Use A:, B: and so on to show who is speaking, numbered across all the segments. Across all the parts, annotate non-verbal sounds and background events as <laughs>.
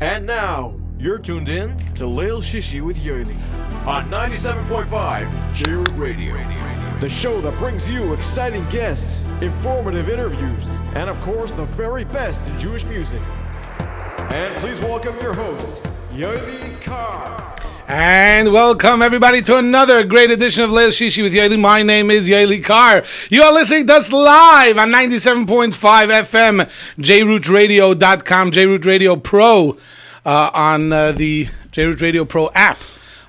A: And now, you're tuned in to Lil Shishi with Yoeli on 97.5 Jared Radio. The show that brings you exciting guests, informative interviews, and of course, the very best in Jewish music. And please welcome your host, Yoeli Carr.
B: And welcome everybody to another great edition of Leil Shishi with Yaeli. My name is Yaeli Carr. You are listening to us live on 97.5 FM, jrootradio.com, jroot radio pro uh, on uh, the jroot radio pro app.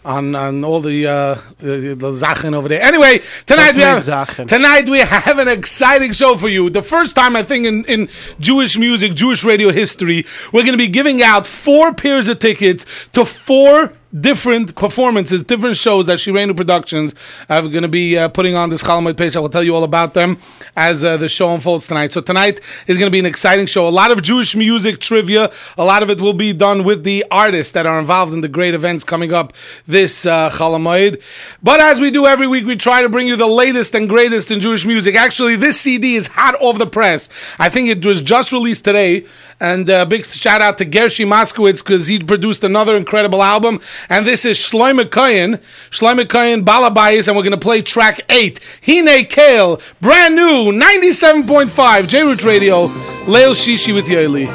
B: On, on all the uh, uh, the Sachen over there. Anyway, tonight we have
C: means Sachen?
B: tonight we have an exciting show for you. The first time I think in, in Jewish music, Jewish radio history, we're going to be giving out four pairs of tickets to four different performances, different shows that Shirenu Productions are going to be uh, putting on this Chalamoid Pesach. We'll tell you all about them as uh, the show unfolds tonight. So tonight is going to be an exciting show. A lot of Jewish music trivia. A lot of it will be done with the artists that are involved in the great events coming up this uh, Chalamoid. But as we do every week, we try to bring you the latest and greatest in Jewish music. Actually, this CD is hot off the press. I think it was just released today. And uh, big shout out to Gershi Moskowitz because he produced another incredible album. And this is Shloime Koyen, Shloime Koyen Balabayis, and we're going to play track eight, Hine Kale, brand new, 97.5, J Root Radio, Leil Shishi with Yoeli.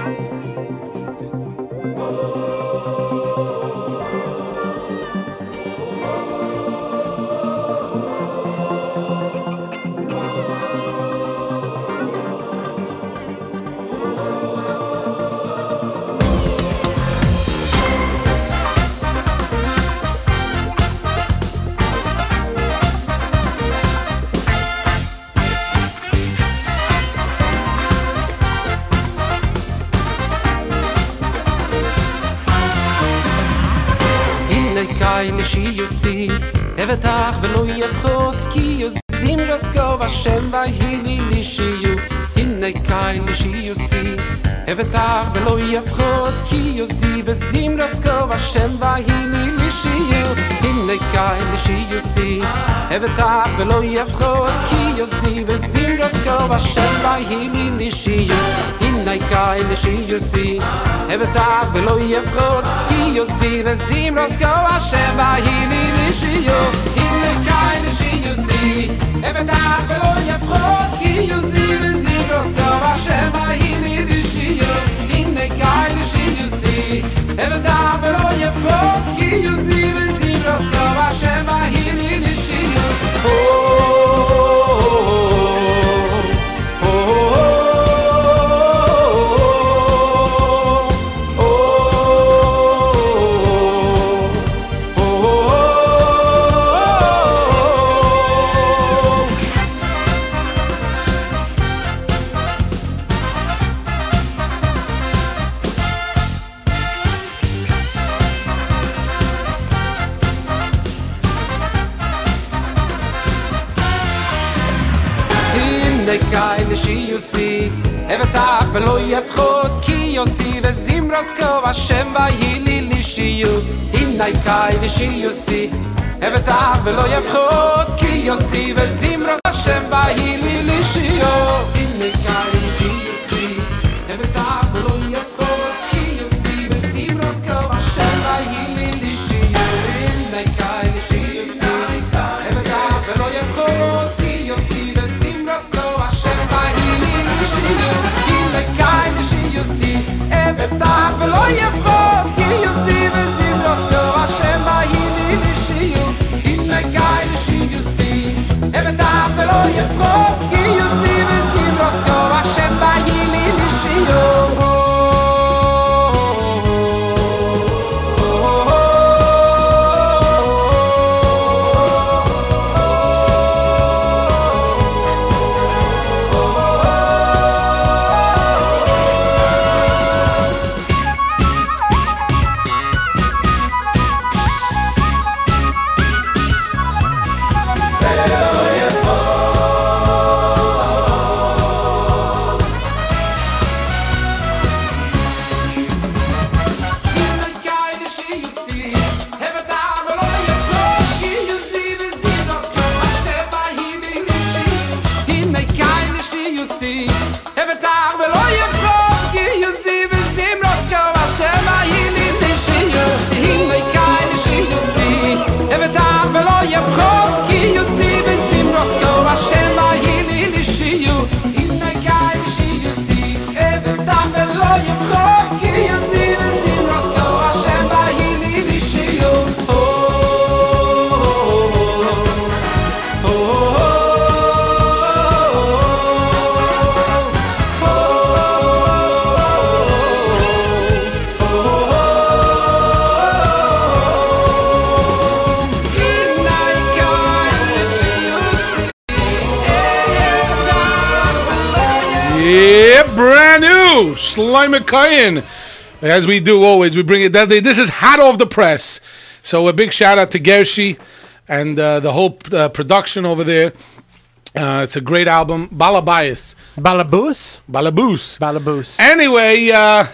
D: הנה קי נשי יוסי, Er הבטח ולא יפחות, כי יוזים רוסקו בשם והילי נשיו. הנה קי נשי יוסי, Er הבטח ולא יפחות, כי יוזי וזים רוסקו בשם והילי נשיו. הנה קי נשי יוסי, הבטח ולא יפחות, כי יוזי וזים רוסקו בשם והילי נשיו. הנה קי נשי יוסי, הבטח ולא יפחות, כי יוסי וזים רוסקו go a sheva hini nishiyo in the kind of she you see even that below your front ki you see when she goes go a sheva hini nishiyo in the kind of she you see even that below your front ki you see when she goes go a sheva hini nishiyo oh oh, oh, oh, oh, oh, oh, oh. Oh, oh, oh, oh, oh. in de geile shi you see ever tag velo yefchot ki you see ve zimrasko va shem va hili li shi you in de geile shi you see ever tag velo yefchot ki you see ve zimrasko shem va hili li shi you in de geile shi you see ever tag velo yefchot ki you see ve zimrasko va shem va hili li shi you in de geile shi you see ever tag velo yefchot ki you see ve zimrasko va shem va hili li shi you in de geile er shi you see ever tag velo yefchot ki you see ve zimrasko va shem va hili li shi you in de geile er shi you see ever tag velo yefchot ki you see ve zimrasko va shem va hili li shi you יפחות כי יוסי וסים רוסקו השם בהילי לי שיום הו oh, הו
B: Yeah, brand new Slime Kayan. As we do always, we bring it that day. This is hot off the press. So a big shout out to Gershi and uh, the whole uh, production over there. Uh, it's a great album, Balabias,
E: Balaboos?
B: Balaboos.
E: Balaboos.
B: anyway, uh,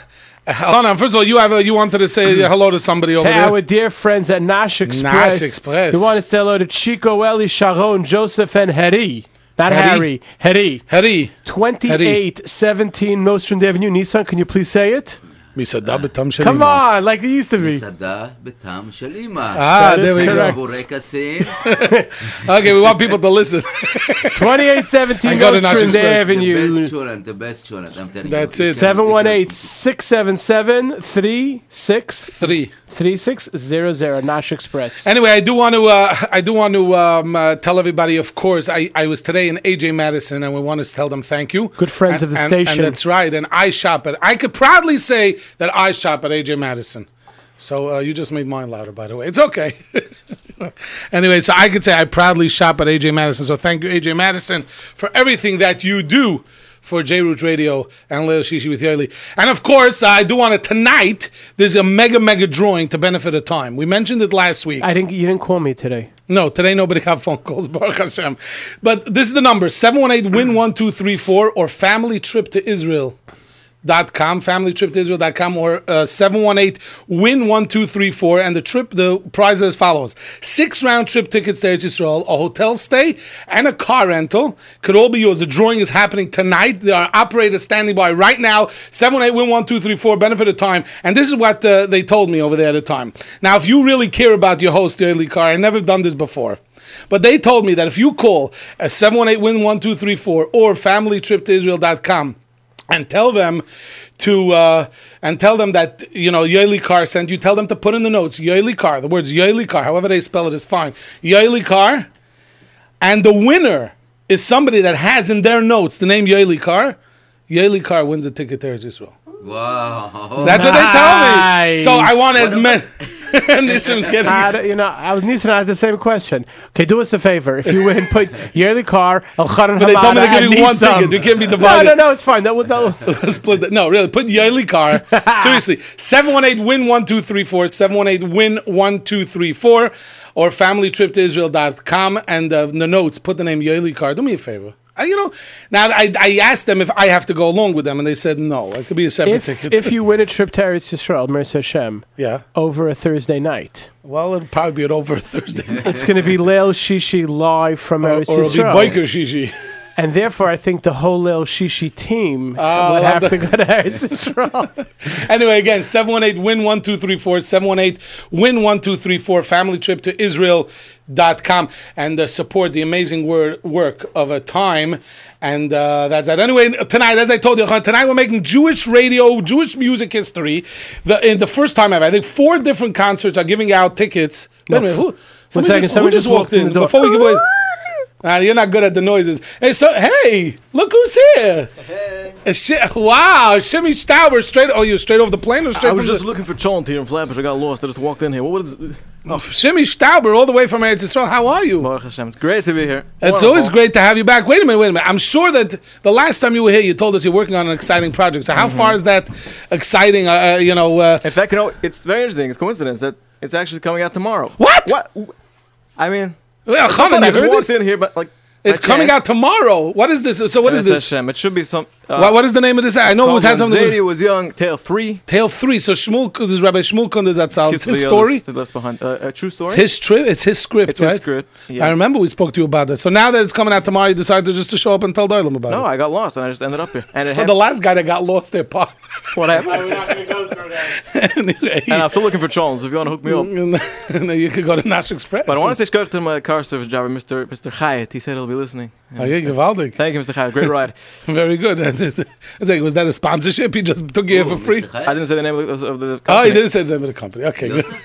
B: hold on. First of all, you have a, you wanted to say hello to somebody over
E: To
B: there.
E: our dear friends at Nash Express.
B: Nash Express.
E: We want to say hello to Chico, Eli, Sharon, Joseph, and Harry. Not
B: Harry?
E: Harry. Harry.
B: Harry,
E: 2817 Nostrand Avenue. Nissan, can you please say it?
B: Misa Dabi Tam Shalima.
E: Come on, like it used to be.
F: מסעדה בטעם של אימא.
B: Ah,
E: That is
B: there we
E: correct.
F: בורקסים,
B: go. Okay, we want people to listen. <laughs>
E: 2817
B: I got it, Nash
E: Nostrand
B: Express.
F: the best
E: Avenue.
F: children, the best children, I'm telling you.
B: That's it.
E: 718 677 36
B: Three.
E: 3600 Nash Express.
B: Anyway, I do want to uh, I do want to um, uh, tell everybody. Of course, I, I was today in AJ Madison, and we want to tell them thank you.
E: Good friends of the
B: And-
E: station.
B: And that's right. And I shop at. I could proudly say that I shop at AJ Madison. So uh, you just made mine louder, by the way. It's okay. anyway, so I could say I proudly shop at AJ Madison. So thank you, AJ Madison, for everything that you do for J Root Radio and Lil Shishi with Yoeli. And of course, I do want to tonight. There's a mega mega drawing to benefit of time. We mentioned it last week.
E: I didn't. You didn't call me today.
B: No, today nobody got phone calls, <laughs> Baruch Hashem. But this is the number 718 win 1234 or family trip to Israel. Dot com, family trip to Israel.com or uh, 718 win 1234. And the trip, the prize is as follows six round trip tickets to Eretz Yisrael, a hotel stay, and a car rental. Could all be yours. The drawing is happening tonight. There are operators standing by right now. 718 win 1234, benefit of time. And this is what uh, they told me over there at the time. Now, if you really care about your host, Daily Car, I never done this before. But they told me that if you call uh, at 718 win 1234 or familytriptoisrael.com and tell them to uh, and tell them that you know Yaeli Carr sent you. Tell them to put in the notes Yaeli Carr. The words Yaeli Carr, however they spell it, is fine. Yaeli Carr, and the winner is somebody that has in their notes the name Yaeli Carr. Yaeli Carr wins a ticket to Eretz Yisrael.
F: וואו.
B: That's what they tell me. So I
E: Nice.
B: want as many. <laughs> and this is getting.
E: I d- you know, I was Nissan. I had the same question. Okay, do us a favor. If you win, put yearly car Al Kharan
B: But they told me to
E: Hamada,
B: give
E: and
B: you one
E: Nissan.
B: ticket. You can't be
E: No,
B: divided.
E: no, no. It's fine. That would. That
B: <laughs>
E: would
B: Split that. No, really. Put Yaeli
E: <laughs>
B: Carr. Seriously. 718 win 1234. 718 win 1234. Or familytriptoisrael.com. And uh, in the notes, put the name Yaeli Carr. Do me a favor. I, you know, now I, I asked them if I have to go along with them, and they said no. It could be a separate
E: if
B: ticket.
E: if you win a trip to Eretz Yisrael, Mercer Hashem,
B: yeah.
E: over a Thursday night,
B: <laughs> Well, it'll probably be an over Thursday night.
E: it's going to be Leil Shishi live from
B: or
E: Eretz
B: it'll be
E: Yisrael,
B: biker shishi.
E: and therefore I think the whole Leil Shishi team
B: Ah,
E: would
B: I
E: have
B: love
E: to go to Eretz Yisrael.
B: Anyway, again, 718 win 1234, 718 win 1234, family trip to Israel.com, and uh, support the amazing wor- work of a time. And uh, that's that. Anyway, tonight, as I told you, tonight we're making Jewish radio, Jewish music history. The, in the first time ever, I think four different concerts are giving out tickets. Wait a minute, who, somebody
E: second,
B: just, who
E: somebody
B: just walked, in?
E: the door.
B: Before we give away. Ah, you're not good at the noises. Hey, so hey, look who's here! Uh, shi- wow, Shimmy Stauber, straight. Oh, you straight off the plane or straight
G: I was
B: from
G: just
B: the,
G: looking for Chant here in Flatbush. I got lost. I just walked in here. What was
B: Shimmy Stauber, all the way from Eretz Yisrael. How are you?
G: Baruch Hashem. It's great to be here.
B: It's always great to have you back. Wait a minute, wait a minute. I'm sure that the last time you were here, you told us you're working on an exciting project. So
G: Mm-hmm.
B: how far is that exciting? Uh, uh, you know, uh,
G: In fact, you know, it's very interesting. It's coincidence that it's actually coming out tomorrow.
B: What?
G: What? I mean,
B: well, Hanan,
G: I
B: you
G: just
B: heard
G: walked
B: this?
G: in here, but like.
B: It's coming out tomorrow. What is this? So what is this?
G: Hashem. It should be some. Uh,
B: What, what is the name of this? I know it was had something. to do-
G: Zadie was young. Tale three.
B: Tale three. So Shmuel, Kund- this Rabbi Shmuel Kundezatzal. It's
G: Kids of
B: his
G: the
B: story.
G: Others They left behind. Uh, a true story.
B: It's his trip. It's his script,
G: It's
B: right?
G: his script, yeah.
B: I remember we spoke to you about that. So now that it's coming out tomorrow, you decided just to show up and tell Doylem about
G: No,
B: it.
G: I got lost and I just ended up here. And it
B: <laughs> But
G: happened.
B: the last guy that got lost their part.
G: what
B: <laughs>
G: happened?
B: anyway,
G: and I'm still looking for Charles. If you want to hook me up.
B: <laughs> and then you could go to Nash Express.
G: But I want to say shkoyach to my car service driver, Mr. Mr. Chayet. He said he'll be listening.
B: Okay, gewaldig. <laughs>
G: Thank you, Mr. Chayet. Great ride.
B: Very good. It's, it's, it's like, was that a sponsorship? He just took it for free.
F: Mr. Chaya?
G: I didn't say the name of, of the
B: Oh,
G: company.
B: he didn't say the name of the company. Okay. good.
F: Joseph?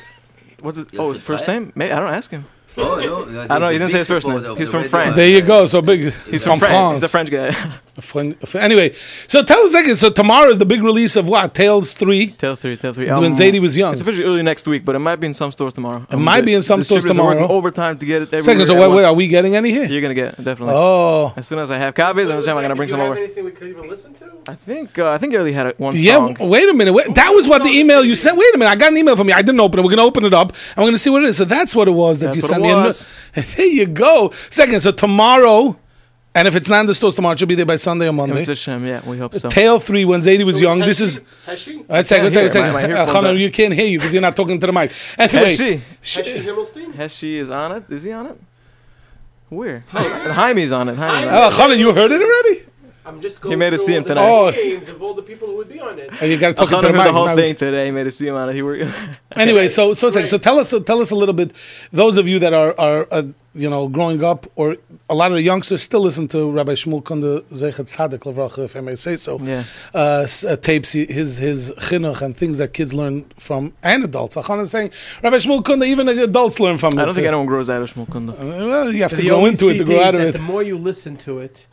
G: What's his, oh, his
F: Yosef
G: first
F: Chaya?
G: name? May, I don't ask him.
F: Oh, no.
G: know, he didn't say his first name. He's from France.
B: There you go. So big.
F: He's
B: from
G: Fran-
F: from
B: France.
G: He's a French
B: <laughs>
G: guy.
B: Fran- Anyway, so tell us again. So tomorrow is the big release of what? Tales 3?
G: Tell three, tell three.
B: It's when
G: Um,
B: Zadie was young.
G: It's officially early next week, but it might be in some stores tomorrow. It
B: might be in some stores
G: Are working
B: tomorrow.
G: overtime to get it. everywhere
B: Second, so
G: at
B: wait, wait,
G: once.
B: are we getting any here?
G: You're gonna get it, definitely.
B: Oh.
G: As soon as I have copies, I'm gonna bring some over.
C: anything we could even listen to?
G: I think uh, I think Early had a- one
B: Yeah,
G: song.
B: w- wait a minute. Wait, that was what the email you sent. Wait a minute. I got an email from you. I didn't open it. We're going to open it up. I'm going to see what it is. So that's what it was that
G: That's
B: you
G: what it
B: sent me. a no-
G: was.
B: <laughs> there you go. Second, so tomorrow, and if it's not in the stores tomorrow, it should be there by Sunday or
G: It
B: Monday.
G: was a shame. Yeah, we hope so.
B: Tail 3, when Zadie was young. This is.
C: Heshi?
B: Wait a second, wait a
G: hear
B: second,
G: it. My- my
B: wait a
G: earphones
B: second. Hanan,
G: are-
B: you can't hear you because you're not talking to the mic. Anyway,
G: Has she?
C: Heshi Himmelstein?
G: Has she is on it? Is he on it? Where? And Jaime's on it. Jaime's on it.
B: uh, Hanan, you heard it already?
C: I'm just going
G: He made us
C: through
G: see
C: all
G: him
C: the
G: tonight.
B: Oh.
C: names of all the people who would be on it.
B: Oh, you got to
G: I
B: talk
G: heard
B: into the mic.
G: the whole
B: Now-
G: thing today. Made us see him on it. He were. <laughs>
B: Anyway, so so so tell us tell us a little bit. Those of you that are are uh, you know growing up, or a lot of the youngsters still listen to Rabbi Shmuel Kunde Zeichet Tzaddik Levracha, if I may say so.
G: Yeah.
B: Uh, s- uh, tapes he- his his chinuch and things that kids learn from and adults. Achan is saying Rabbi Shmuel Kunde, even adults learn from it. Uh,
G: I don't think anyone grows out of Shmukunda.
B: Well, you have to
C: The
B: go
C: only
B: into it to grow
C: CD
B: out of
C: is that
B: it.
C: The more you listen to it,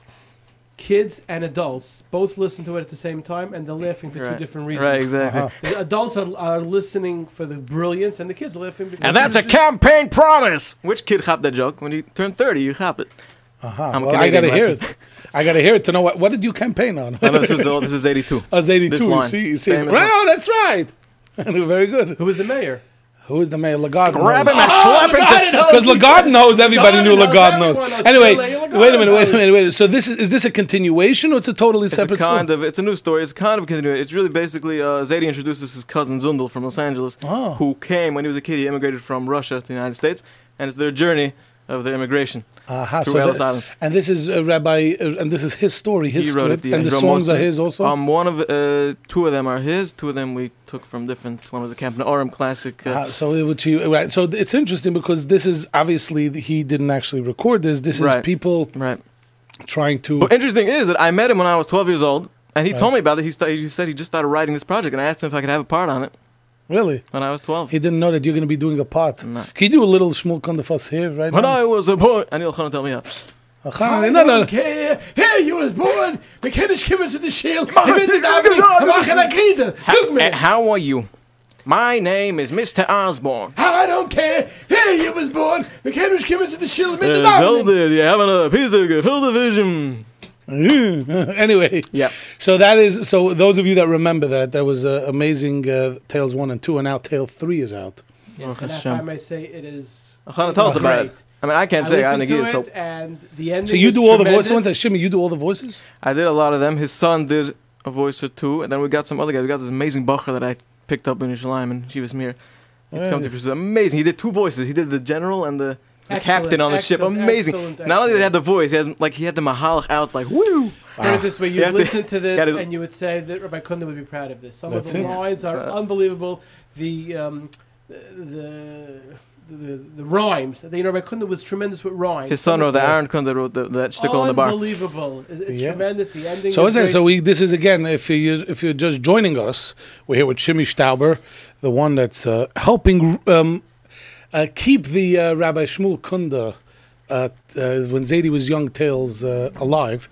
C: kids and adults both listen to it at the same time, and they're laughing for two different reasons.
G: Right, exactly.
B: Uh-huh.
C: The adults are, are listening for the brilliance, and the kids are laughing
B: Oh.
C: because.
G: And that's a campaign promise. Which kid hopped that joke? When you turn 30, you hop it.
B: Uh-huh.
G: I'm a
B: Well, I gotta
G: Canadian,
B: hear
G: right?
B: it. I gotta hear it to know what what did you campaign on?
G: I know this was the old, this is
B: <laughs>
G: 82.
B: I was
G: This
B: 82. You
G: line.
B: see, you see.
G: Famous
B: Wow, that's right. <laughs> Very good.
C: Who was the mayor?
B: Who is the mayor? Lagarde.
G: Grab
B: knows.
G: him and slap him to sell.
B: Because Lagarde knows, everybody knew
C: knows,
B: Lagarde knows.
C: everyone knows.
B: Anyway,
C: Still, Lagarde
B: wait a minute, wait
C: knows.
B: a minute, wait. a minute. So this is is this a continuation or it's a totally
G: It's a
B: separate
G: kind
B: story?
G: of, it's a new story. It's kind of continuing. It's really basically, uh, Zadie introduces his cousin Zundel from Los Angeles,
B: Oh.
G: who came when he was a kid. He immigrated from Russia to the United States, and it's their journey of their immigration.
B: Aha,
G: through
B: so
G: Ellis
B: that-
G: Island.
B: and this is uh, Rabbi, uh, and this is his story, his
G: he wrote
B: script,
G: it, yeah,
B: and
G: he
B: the
G: wrote
B: songs
G: most of
B: are
G: it.
B: his also.
G: Um, one of uh, two of them are his. Two of them we took from different. One was a Camp Oram classic. Uh,
B: Ah, so it would he, right. So it's interesting because this is obviously he didn't actually record this. This is
G: Right.
B: people
G: right.
B: trying to.
G: But interesting is that I met him when I was 12 years old, and he told me about it. He, sta- he said he just started writing this project, and I asked him if I could have a part on it
B: Really,
G: when I was 12.
B: he didn't know that you're going to be doing a part.
G: No.
B: Can you do a little Shmuel Kondafas here right
G: when
B: now?
G: I was a boy, and he'll tell me how.
B: Aha, no, no, no.
H: Okay, hey, you was born. We can't just give us the shield.
G: Mach-
H: Ich bin nicht da, ich mache eine Kriege. Zug
G: Eh,
H: mir.
G: How are you? My name is Mr. Osborne.
H: I don't care. Hey, you was born. We can't just give us the shield. Mit da.
G: Zelda, do you have another piece of Gefilte Vision?
B: Mm. <laughs> anyway,
G: Yeah.
B: So that is so. Those of you that remember that, that was uh, amazing. Uh, Tales one and two, and now Tale three is out.
C: Yes, and if I may say, it is.
G: Chana, tell us about it.
C: Great.
G: I mean, I can't
C: I
G: say I
C: listened
G: think he
C: to
G: is, so
C: it, and the ending.
B: So you
C: is
B: do all the
C: tremendous.
B: voices. One second, Shimmy, you do all the voices.
G: I did a lot of them. His son did a voice or two, and then we got some other guys. We got this amazing bacher that I picked up in Yerushalayim, and she was mir. It's come to Yerushalayim. amazing. He did two voices. He did the general and the, the
C: Excellent,
G: captain on the ship.
C: excellent,
G: Amazing.
C: excellent,
G: Not only did he
C: excellent.
G: have the voice, he has like he had the mahalach out like woo.
C: Put it this way:
G: You
C: you
G: have to-
C: listen to this,
G: <laughs> gotta-
C: and you would say that Rabbi Kunda would be proud of this. Some of
B: That's
C: the
B: it.
C: lines are
G: Uh,
C: unbelievable. The um, the, the the rhymes. You know, Rabbi Kunda was tremendous with rhymes.
G: His son
C: Some
G: wrote Oh,
C: of
G: the Aaron Kunda wrote the, that shtickle on the bar.
C: Unbelievable! It's, it's
B: Yeah.
C: tremendous. The ending.
B: So
C: is
B: is it?
C: great.
B: So we. This is again. If you if you're just joining us, we're here with Shimmy Stauber, the one that's uh, helping um, uh, keep the uh, Rabbi Shmuel Kunda. Uh, uh, when Zadie was young, tales uh, alive,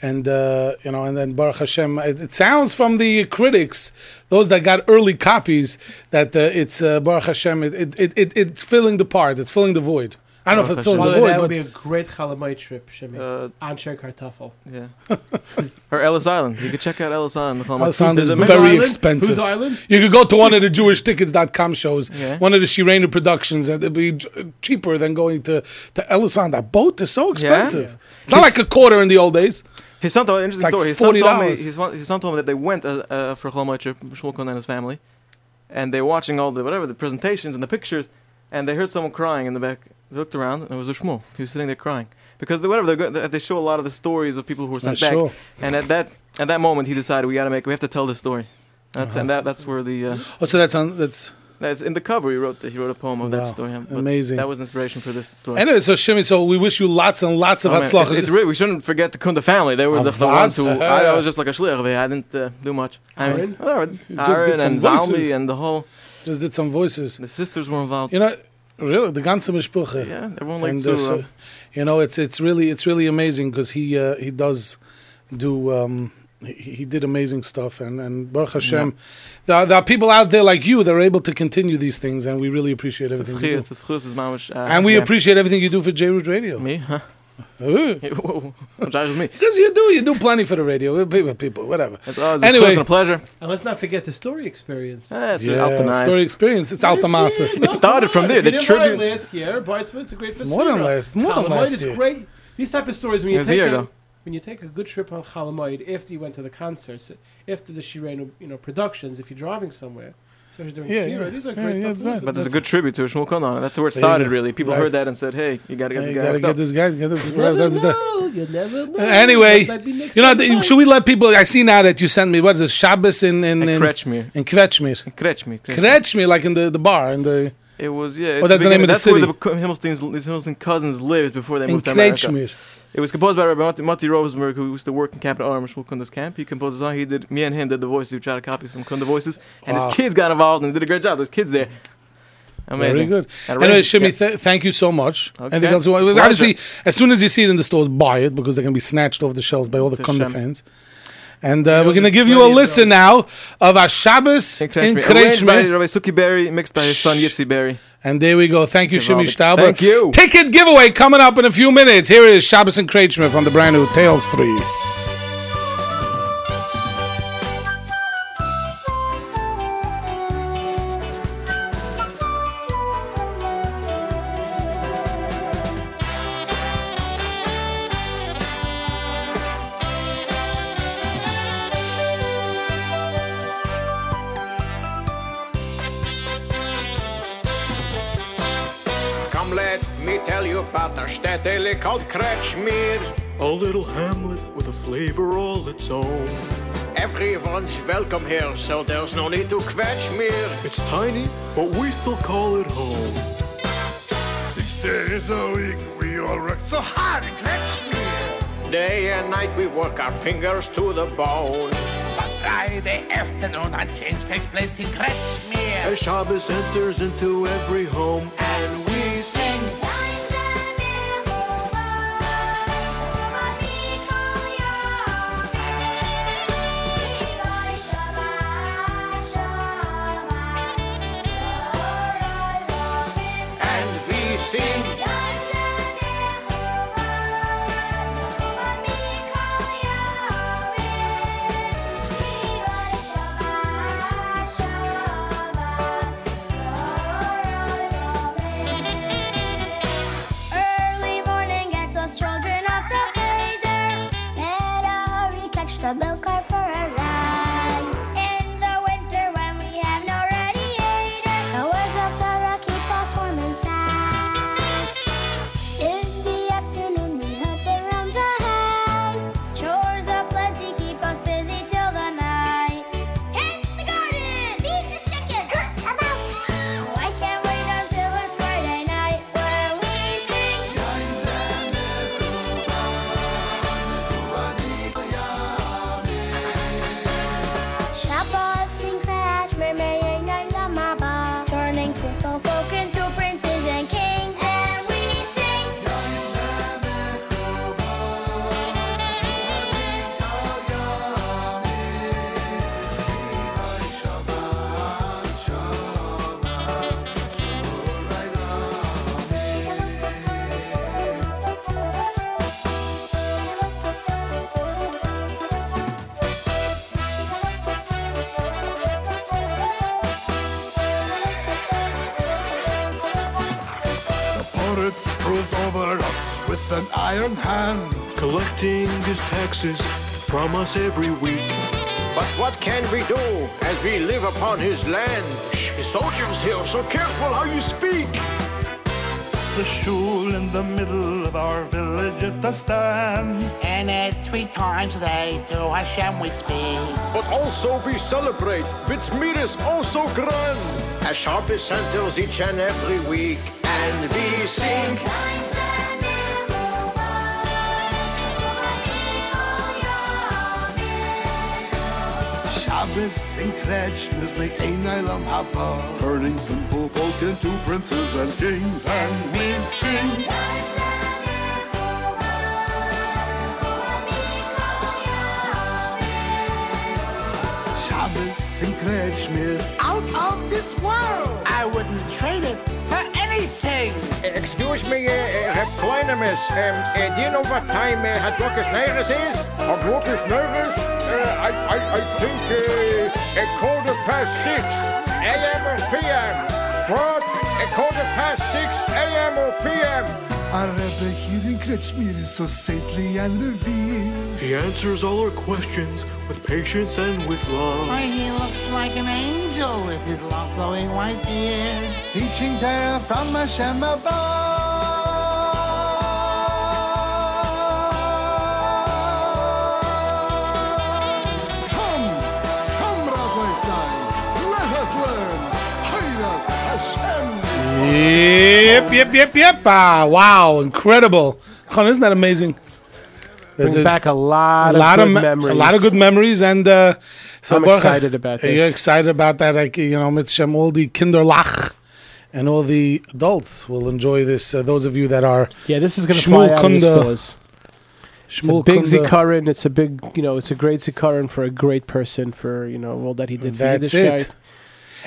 B: and uh, you know, and then Baruch Hashem. It, it sounds from the critics, those that got early copies, that uh, it's uh, Baruch Hashem. It, it, it, it, it's filling the part. It's filling the void. I don't know if it's
G: Baruch
C: Well,
B: filling the
C: that would
B: void,
C: be a great Chalamite trip, Shemi.
G: Uh,
C: on Sher Kartoffel.
G: yeah. or Ellis Island. You can check out Ellis Island. the Chalmut.
B: but sound is
G: There's a
B: very
G: mix-
B: expensive.
C: Whose island?
B: You could go to one of the JewishTickets.com shows,
G: Yeah.
B: one of the Shirena productions, and it'd be j- uh, cheaper than going to, to Elison. That boat is so expensive. It's not like a quarter in the old days.
G: His son told an interesting
B: It's like
G: story. His son, told me,
B: $40.
G: his, one- his son told me that they went uh, uh, for a Cholmai trip, Shmuel Cohen and his family, and they were watching all the whatever the presentations and the pictures, and they heard someone crying in the back. They looked around, and it was Shmuel. He was sitting there crying because they, whatever they're go- they, they show a lot of the stories of people who were
B: Uh,
G: sent back.
B: sure.
G: And at that at
B: Uh-huh.
G: that moment, he decided we got to make we have to tell this story. That's and that that's where the uh,
B: Oh, so that's on, that's
G: No, it's in the cover. He wrote the, he wrote a poem of
B: Wow.
G: that story. um, but
B: Amazing.
G: That was an inspiration for this story.
B: Anyway, so Shimmy, so we wish you lots and lots of
G: Oh, man,
B: hatzlach.
G: it's, it's really, we shouldn't forget the Kunda family. They were
B: Of Uh-huh.
G: the, the
B: course.
G: ones who I, I was just like a shliach. but I didn't uh, do much. I mean,
C: Aaron?
G: whatever, it's
B: You just did
G: Aaron
B: some
G: and Zalmi
B: voices.
G: and the whole
B: Just did some voices.
G: the sisters were involved.
B: You know, really, the ganze mishpuche.
G: Yeah, everyone
B: And,
G: likes
B: uh,
G: to.
B: so-
G: Uh,
B: you know, it's it's really it's really amazing because he uh, he does do um, he, he did amazing stuff and and Baruch Hashem, there, are, there are people out there like you that are able to continue these things and we really appreciate
G: it's a
B: everything.
G: schir,
B: You do.
G: it's a schir, it's mamish, uh,
B: And we
G: yeah.
B: appreciate everything you do for J Root Radio.
G: me, huh? <laughs>
B: Because
G: Whoa, Josh
B: <laughs>
G: is me.
B: you do, you do plenty for the radio, people, people whatever.
G: It's always
B: Anyway.
G: anyway. a pleasure.
C: And let's not forget the story experience.
G: Eh, it's
B: yeah,
G: alpanized.
B: story experience. It's Alta Masa.
C: It
G: started from there,
C: If you
G: the
C: didn't buy it
G: tribute-
C: last year, buy it for it's a great festival.
B: more than last- more than last
C: is
B: year.
C: great. These type of stories when
G: It
C: you
G: was
C: take
G: a year
C: a,
G: ago.
C: when you take a good trip on Chalamoid after you went to the concerts, after the Shireno you know productions, if you're driving somewhere, especially during
B: Yeah,
C: Sira,
B: yeah.
C: these are
B: Yeah,
C: great
B: yeah,
C: stuff.
B: that's
C: to
B: right. <laughs>
C: listen
G: But there's a
C: to.
G: good tribute to Shmuel Konon. That's where it
B: There you
G: started,
B: go.
G: really. People
B: Right.
G: heard that and said, "Hey, you gotta get
B: Hey,
G: the
B: you
G: guy."
B: gotta
G: hooked up.
B: get this guy. Get the,
C: You never
B: that's the,
C: know, you never know.
B: Uh, Anyway,
C: That might be next
B: You know,
C: time
B: the,
C: buy.
B: should we let people? I see now that you sent me what is this Shabbos in in
G: And
B: in,
G: Kretschmer.
B: in Kretschmer.
G: Kretschmer. Kretschmer.
B: Kretschmer, like in the, the bar in the
G: It was yeah.
B: Oh,
G: it's
B: that's the name of the
G: that's
B: city.
G: where the Co- Himmelstein's, these Himmelstein cousins lived before they
B: in
G: moved to America.
B: Kretschmer.
G: It was composed by Rabbi Mati, Mati Rosenberg, who used to work in Capital Arm Kunda's camp. He composed the song. He did me and him did the voices. We tried to copy some Kunda voices, and
B: Wow.
G: his kids got involved and did a great job. Those kids there,
B: Very
G: amazing.
B: good.
G: And
B: Anyway,
G: Raisin-
B: Shimi, th- thank you so much.
G: Okay.
B: Anything else you want?
G: Pleasure.
B: Obviously, as soon as you see it in the stores, buy it because they can be snatched off the shelves by all the
G: It's a
B: Kunda
G: shame.
B: fans. And uh, we're going to give you a
C: plenty of
B: listen now of our Shabbos in
G: In Kretschmer. Arranged by
B: Kretschmer.
G: Rabbi Suki Berry, mixed by his son Yitzi Berry.
B: And there we go. Thank you, Shimi Stauber.
G: Thank you.
B: Ticket giveaway coming up in a few minutes. Here is Shabbos and Kretschmer from the brand new Tales 3.
I: Come let me tell you about our shtetl called Kretschmir.
J: A little hamlet with a flavor all its own.
I: Everyone's welcome here, so there's no need to Kretschmir.
J: It's tiny, but we still call it home. Six days a week, we all work so hard to catch me.
I: Day and night we work our fingers to the bone.
K: But Friday afternoon and change takes place in Kretschmer.
J: As Shabbos enters into every home,
K: And we sing.
I: And we sing.
L: Early morning gets us children off the feeder. In a hurry, catch the milk cart for a ride. In the winter when we have no radiator, the woods of Torah keep us warm inside. In the afternoon we help around the house. Chores are plenty, keep us busy till the night. Tend the garden, feed the chicken, hunt a mouse. I can't wait until it's Friday night when we sing. Shabbos in crash, mermaid and Yamaba. Turning simple folk into princes and kings. And we sing.
J: the pirate rules over us with an iron hand. Collecting his taxes from us every week.
I: But what can we do as we live upon his land? Shh, his soldiers here, so careful how you speak.
M: the shul in the middle of our village at the stand.
K: And at three times a day to Hashem we speak.
I: But also we celebrate, which meat is also grand. A Shabbat Santos each and every week, and we sing.
J: Shabbos and Kretsch, Nizlik Einailam Haba. Turning simple folk into princes and kings, and we sing. Shabbos and Kretsch, Miz
K: Out of this world! I wouldn't trade it for anything!
I: Excuse me, uh, uh, Reb Kleinimus, um, uh, do you know what time uh, Hadrokas Neiris is? Hadrokas Neiris? Uh, I, I, I think uh, a quarter past 6 a.m. or p.m. What? A eh, quarter past 6 a.m. or p.m.
J: Our Rebbe here in Kretschmir is so saintly and revered.
M: He answers all our questions with patience and with
K: Why,
M: love.
K: he looks like an angel with his long flowing white beard.
J: Teaching Torah from Hashem above. Come, come, Rabbi Sai, let us learn. Hide us, Hashem.
B: Yep, yep, yep, yep. Ah, wow, incredible. Con, isn't that amazing?
C: Brings
B: It's-
C: back a lot of good
B: me-
C: memories.
B: A lot of good memories, and uh, so
C: I'm
B: Baruch-
C: excited about
B: You're
C: this.
B: excited about that, like you know, Mitzvah, all the Kinderlach, and all the adults will enjoy this. Uh, those of you that are
C: Yeah, this is going to fly out of the stores. It's a
B: Shmuel
C: big
B: Kunda.
C: zikaron. It's a big, you know, it's a great zikaron for a great person for you know all that he did for
B: That's
C: this
B: it.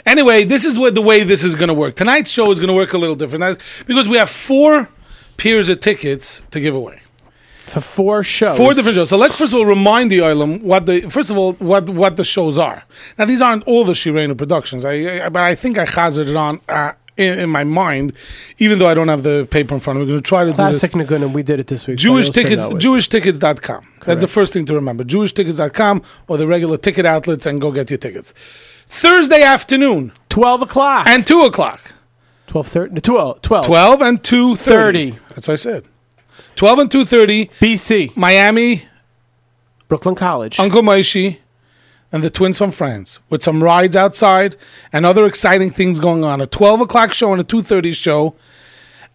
B: Anyway, this is what the way this is going to work. Tonight's show is going to work a little different That's because we have four pairs of tickets to give away.
C: for four
E: Oh,
C: shows.
B: Four different shows. So let's first of all remind the Oilam what the first of all what what the shows are. Now these aren't all the Shirena productions. I, I but I think I hazarded it on uh, in, in my mind, even though I don't have the paper in front of me. I'm going to try to
C: Classic
B: do this.
C: Nagunim. We did it this week. so
B: Jewish
C: you'll say
B: tickets,
C: that way.
B: JewishTickets.com. That's the first thing to remember. JewishTickets.com or the regular ticket outlets and go get your tickets. Thursday afternoon,
C: twelve o'clock
B: and two o'clock.
C: 12:30 12 12
B: 12 and 230.
C: 30.
B: That's what I said. 12 and 230.
C: BC.
B: Miami.
C: Brooklyn College.
B: Uncle Moishi and the twins from France with some rides outside and other exciting things going on. A 12 o'clock show and a 2.30 show.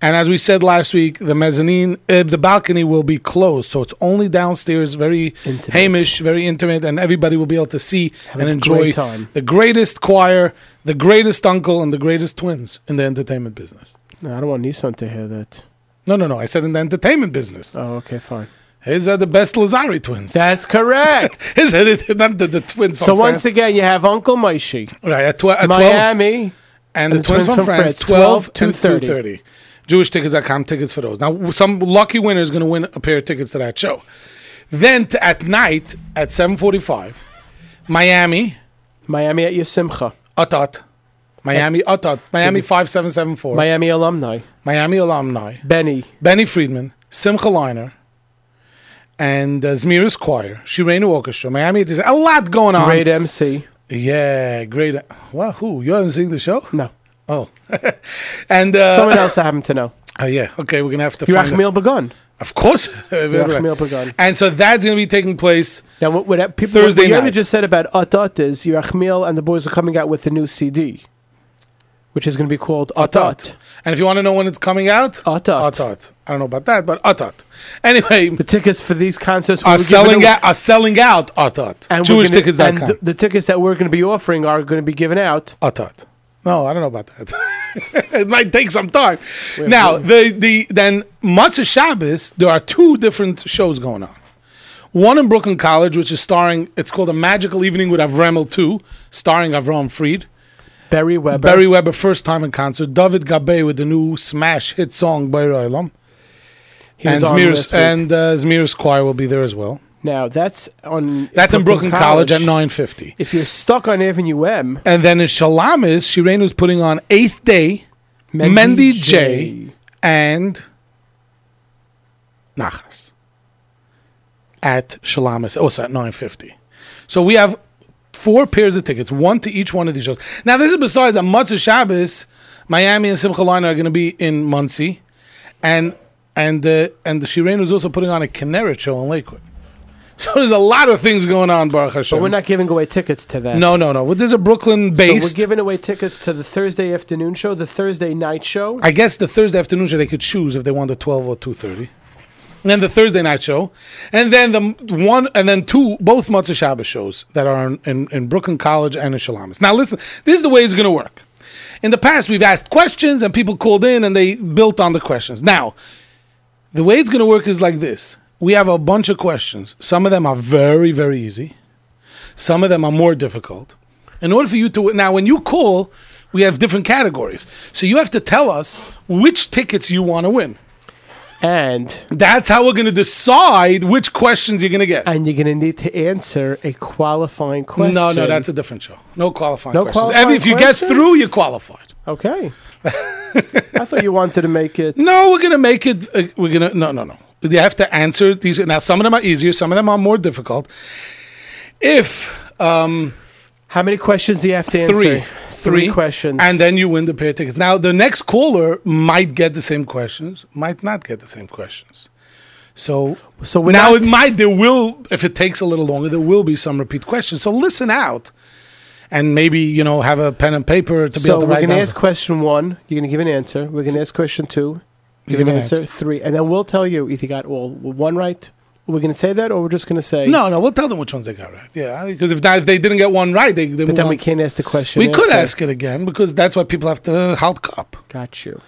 B: And as we said last week, the mezzanine, uh, the balcony will be closed. So it's only downstairs, very Hamish, very intimate, and everybody will be able to see
C: Have
B: and
C: a
B: enjoy
C: great time.
B: the greatest choir, the greatest uncle, and the greatest twins in the entertainment business.
C: No, I don't want Nissan to hear that.
B: No, no, no. I said in the entertainment business.
C: Oh, okay, fine.
B: His are the best Lazari twins.
C: That's
B: <laughs>
C: correct.
B: His are the, not the, the twins.
C: So
B: from
C: once
B: France.
C: again, you have Uncle Maishi.
B: Right, at, twe- at 12.
C: Miami.
B: And, the, twins, from France, 12 to 230. JewishTickets.com tickets for those. Now, w- some lucky winner is going to win a pair of tickets to that show. Then t- at night at 7:45, Miami,
C: Miami at Yosemite,
B: Atat, Miami Atat, Miami 5774,
C: Miami alumni.
B: Miami alumni,
C: Benny,
B: Benny Friedman, Simcha Liner, and uh, Zmiris Choir, Shirenu Orchestra, Miami. There's a lot going on.
C: Great MC.
B: Yeah, great. Wow, who? You haven't seen the show?
C: No.
B: Oh. <laughs> and uh,
C: Someone else
B: <laughs>
C: I happen to know.
B: Oh yeah. Okay, we're gonna have to. find
C: Yerachmiel
B: out.
C: Begun.
B: Of course. <laughs>
C: Yerachmiel Begun.
B: and so that's gonna be taking place.
C: Now, what, what people,
B: Thursday
C: what Yoni
B: night.
C: just said about Atat is Yerachmiel and the boys are coming out with a new CD, which is going to be called Atat.
B: And if you want to know when it's coming out,
C: Atat.
B: Atat. I don't know about that, but Atat. Anyway,
C: The tickets for these concerts
B: are
C: we're giving
B: selling
C: away-
B: out. Are selling out. Atat.
C: and we're gonna-
B: JewishTickets.com.
C: And the, the tickets that we're going to be offering are going to be given out.
B: Atat. No, I don't know about
C: <laughs>
B: that. <laughs> it might take some time. now, the, the then Matzah Shabbos, there are two different shows going on. One in Brooklyn College, which is starring, it's called A Magical Evening with Avramel 2, starring Avram Fried.
C: Barry Weber.
B: Barry Weber, first time in concert. David Gabe with the new smash hit song, Bayra Ilam.
C: He
B: And,
C: was on
B: Zmiris,
C: last week.
B: and uh, Zmiris Choir will be there as well.
C: Now that's on.
B: That's in Brooklyn College at 9.50.
C: If you're stuck on Avenue M,
B: And then in Shalamis, Shirenu's putting on Eighth Day,
C: Mendy
B: Mendy
C: J.
B: J, and Nachas at oh, Shalamis. Also at 9.50. So we have four pairs of tickets, one to each one of these shows. Now, this is besides on Matzah Shabbos, Miami and Simcha Liner are going to be in Muncie. and and the and the Shireen was also putting on a Kinneret show in Lakewood. <laughs> So there's a lot of things going on, Baruch Hashem.
C: But we're not giving away tickets to that.
B: No, no, no. Well, there's a Brooklyn
C: So we're
B: based.
C: giving away tickets to the Thursday afternoon show, the Thursday night show.
B: I guess the Thursday afternoon show they could choose if they want the twelve or two thirty, and then the Thursday night show, and then the m- one and then two both Matzah Shabbos shows that are in, in, in Brooklyn College and in Shalamas. Now listen, this is the way it's going to work. In the past, we've asked questions and people called in and they built on the questions. Now, the way it's going to work is like this: we have a bunch of questions. Some of them are very very easy. Some of them are more difficult. In order for you to now, when you call, we have different categories. So you have to tell us which tickets you want to win.
C: And
B: that's how we're going to decide which questions you're going to get.
C: And you're going to need to answer a qualifying question.
B: No, no, that's a different show. No qualifying
C: No
B: questions.
C: qualifying
B: Every- if you
C: questions?
B: get through, you're qualified. <laughs>
C: Okay. I thought you wanted to make it.
B: No, we're going to make it. Uh, we're going to no, no, no. You have to answer these. Now, some of them are easier. Some of them are more difficult. If um,
C: how many questions do you have to answer?
B: three,
C: Three questions.
B: and then you win the pair of tickets. Now, the next caller might get the same questions, might not get the same questions. So,
C: so
B: now it might there will if it takes a little longer there will be some repeat questions. So listen out, and maybe you know have a pen and paper to be
C: so
B: able to
C: we're
B: write
C: going to
B: down.
C: ask question one. You're going to give an answer. We're going to ask question two.
B: Give
C: Give an
B: an
C: answer. Three. And then we'll tell you if you got all one right. We're going to say that or we're just going to say.
B: no, no, we'll tell them which ones they got right. Yeah, because if not, if they didn't get one right, they, they
C: But then we
B: won't-
C: can't ask the question.
B: We could
C: after.
B: ask it again because that's why people have to halt cup.
C: Got you.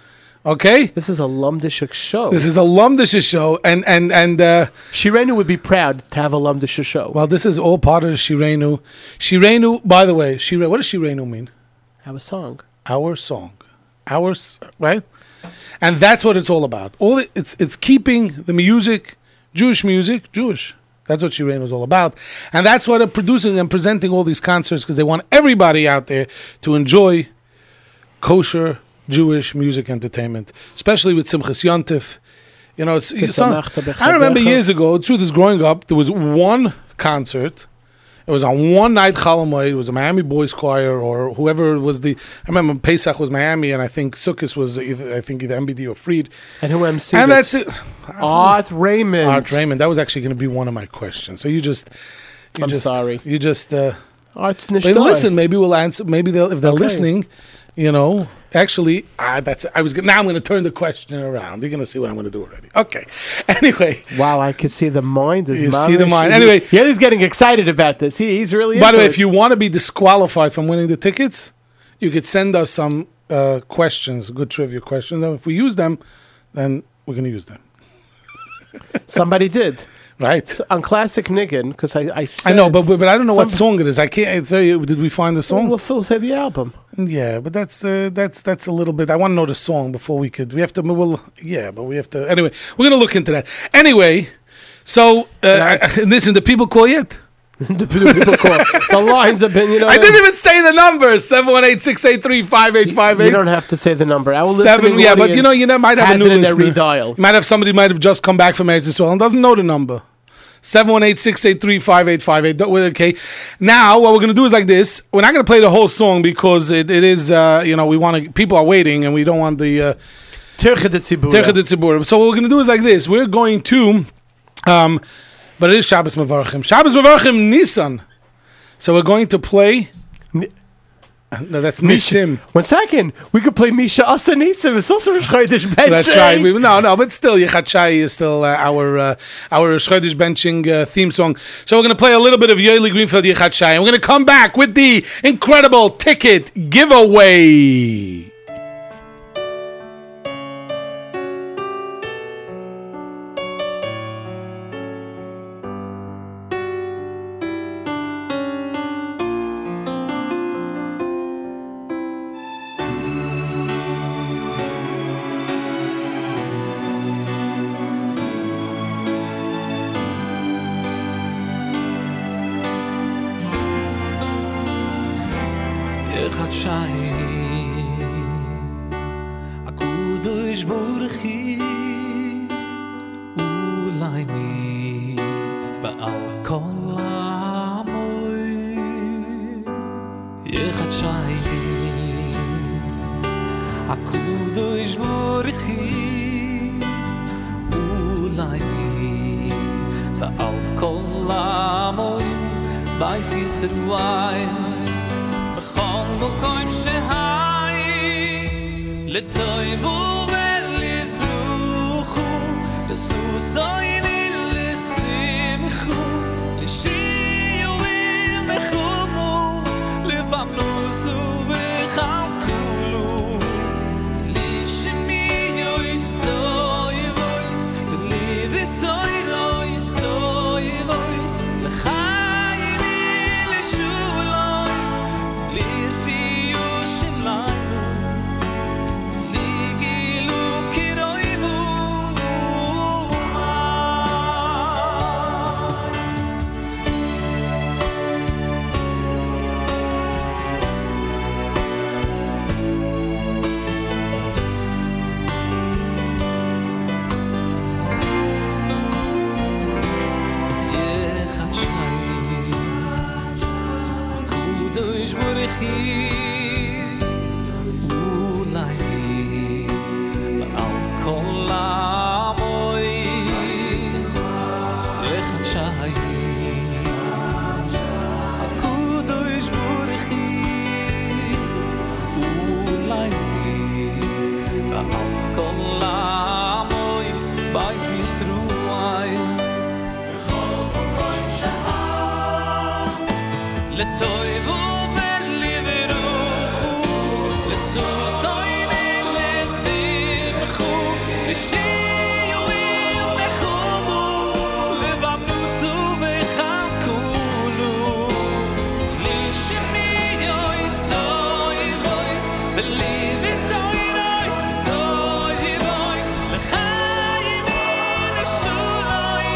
B: Okay.
C: This is a Lumdishuk show.
B: This is a Lumdishuk show, and and and uh,
C: Shirenu would be proud to have a Lumdishuk show.
B: Well, this is all part of the Shirenu. Shirenu, by the way, Shire, what does Shirenu mean?
C: Our song.
B: Our song, our s- right, and that's what it's all about. All it, it's it's keeping the music, Jewish music, Jewish. That's what Shirenu is all about, and that's what they're producing and presenting all these concerts because they want everybody out there to enjoy kosher Jewish music entertainment, especially with Simchas Yontif. You know, it's, it's not,
C: Vesamachta
B: I remember
C: b'chavecha.
B: years ago. The truth is, growing up, there was one concert. It was on one night Chalamoy. It was a Miami Boys Choir or whoever was the. I remember Pesach was Miami, and I think Sukkot was either, I think either MBD or Freed.
C: And who MC?
B: And that's it.
C: Art Raymond.
B: Art Raymond. That was actually going to be one of my questions. So you just. You
C: I'm
B: just,
C: sorry.
B: You just. Uh,
C: Art
B: but listen, maybe we'll answer. Maybe they'll, if they're
C: Okay.
B: listening, you know. Actually, ah, that's. I was gonna- now. I'm going to turn the question around. You're going to see what I'm going to do already. Okay. <laughs> Anyway.
C: Wow, I could see the mind is.
B: You
C: mamish-
B: see the mind.
C: he-
B: Anyway-
C: yeah, he's getting excited about this. He, he's really.
B: By
C: into
B: the way,
C: it.
B: if you want to be disqualified from winning the tickets, you could send us some uh, questions, good trivia questions. And if we use them, then we're going to use them.
C: somebody did
B: right
C: on classic Niggin because I I,
B: I know, but but but I don't know what
C: Some-
B: song it is. I can't. It's very. Did we find the song?
C: Well, Phil say the album.
B: Yeah, but that's uh, that's that's a little bit. I want to know the song before we could. We have to. Well, yeah, but we have to. Anyway, we're gonna look into that. Anyway, so uh, <laughs> listen. The people call <laughs> yet?
C: the people call. The lines have been. You know.
B: I didn't even say the number. Seven one eight six eight three five eight five
C: You
B: eight.
C: don't have to say the number. Our
B: Seven,
C: listening
B: yeah, but you know, you know, might have a
C: has
B: new
C: it in their
B: listener.
C: redial.
B: You might have somebody who might have just come back from Eretz Israel and doesn't know the number. 718-683-5858. Don't- well, Okay. Now, what we're going to do is like this. We're not going to play the whole song because it, it is, uh, you know, we want to, people are waiting and we don't want the... Uh, Tircha de Tzibura. So what we're going to do is like this. We're going to, um, but it is Shabbos Mevarchim. Shabbos Mevarchim Nissan. So we're going to play... No, that's
C: Misha-
B: Nissim.
C: One second, we could play Misha Asa Nisim. It's also Rosh Chodesh Benching.
B: That's right. We, no, no, but still, Yechat Shai is still uh, our uh, our Schrodish benching uh, theme song. So we're going to play a little bit of Yoeli Greenfield Yechat Shai, and we're going to come back with the incredible ticket giveaway.
N: איך את שי הקודש בורכי אולי ני בעל כל המוי איך את שי הקודש בורכי al kol amoy bei sis ruay bkhon lo koim shehai letoy vu vel lifruchu lesu soin il lesimchu leshi yomim bechumu levam luzu vechal kulu Lishmi yoistoy voice the live is soy loistoy voice le khayim le shuloy le fi yoshin lamu le gilu kiroy vu יחד שניים קודש ברכי אולי על כל עמוי יחד שניים הקודש ברכי אולי על כל עמוי בייסיס רועי לטויב ולברו לסוס אוינים לשמחו לשיו ולחומו לבמוסו וחכולו לשמי יויסוי וויס וליבי סוי רויס סוי וויס לחיים ולשולוי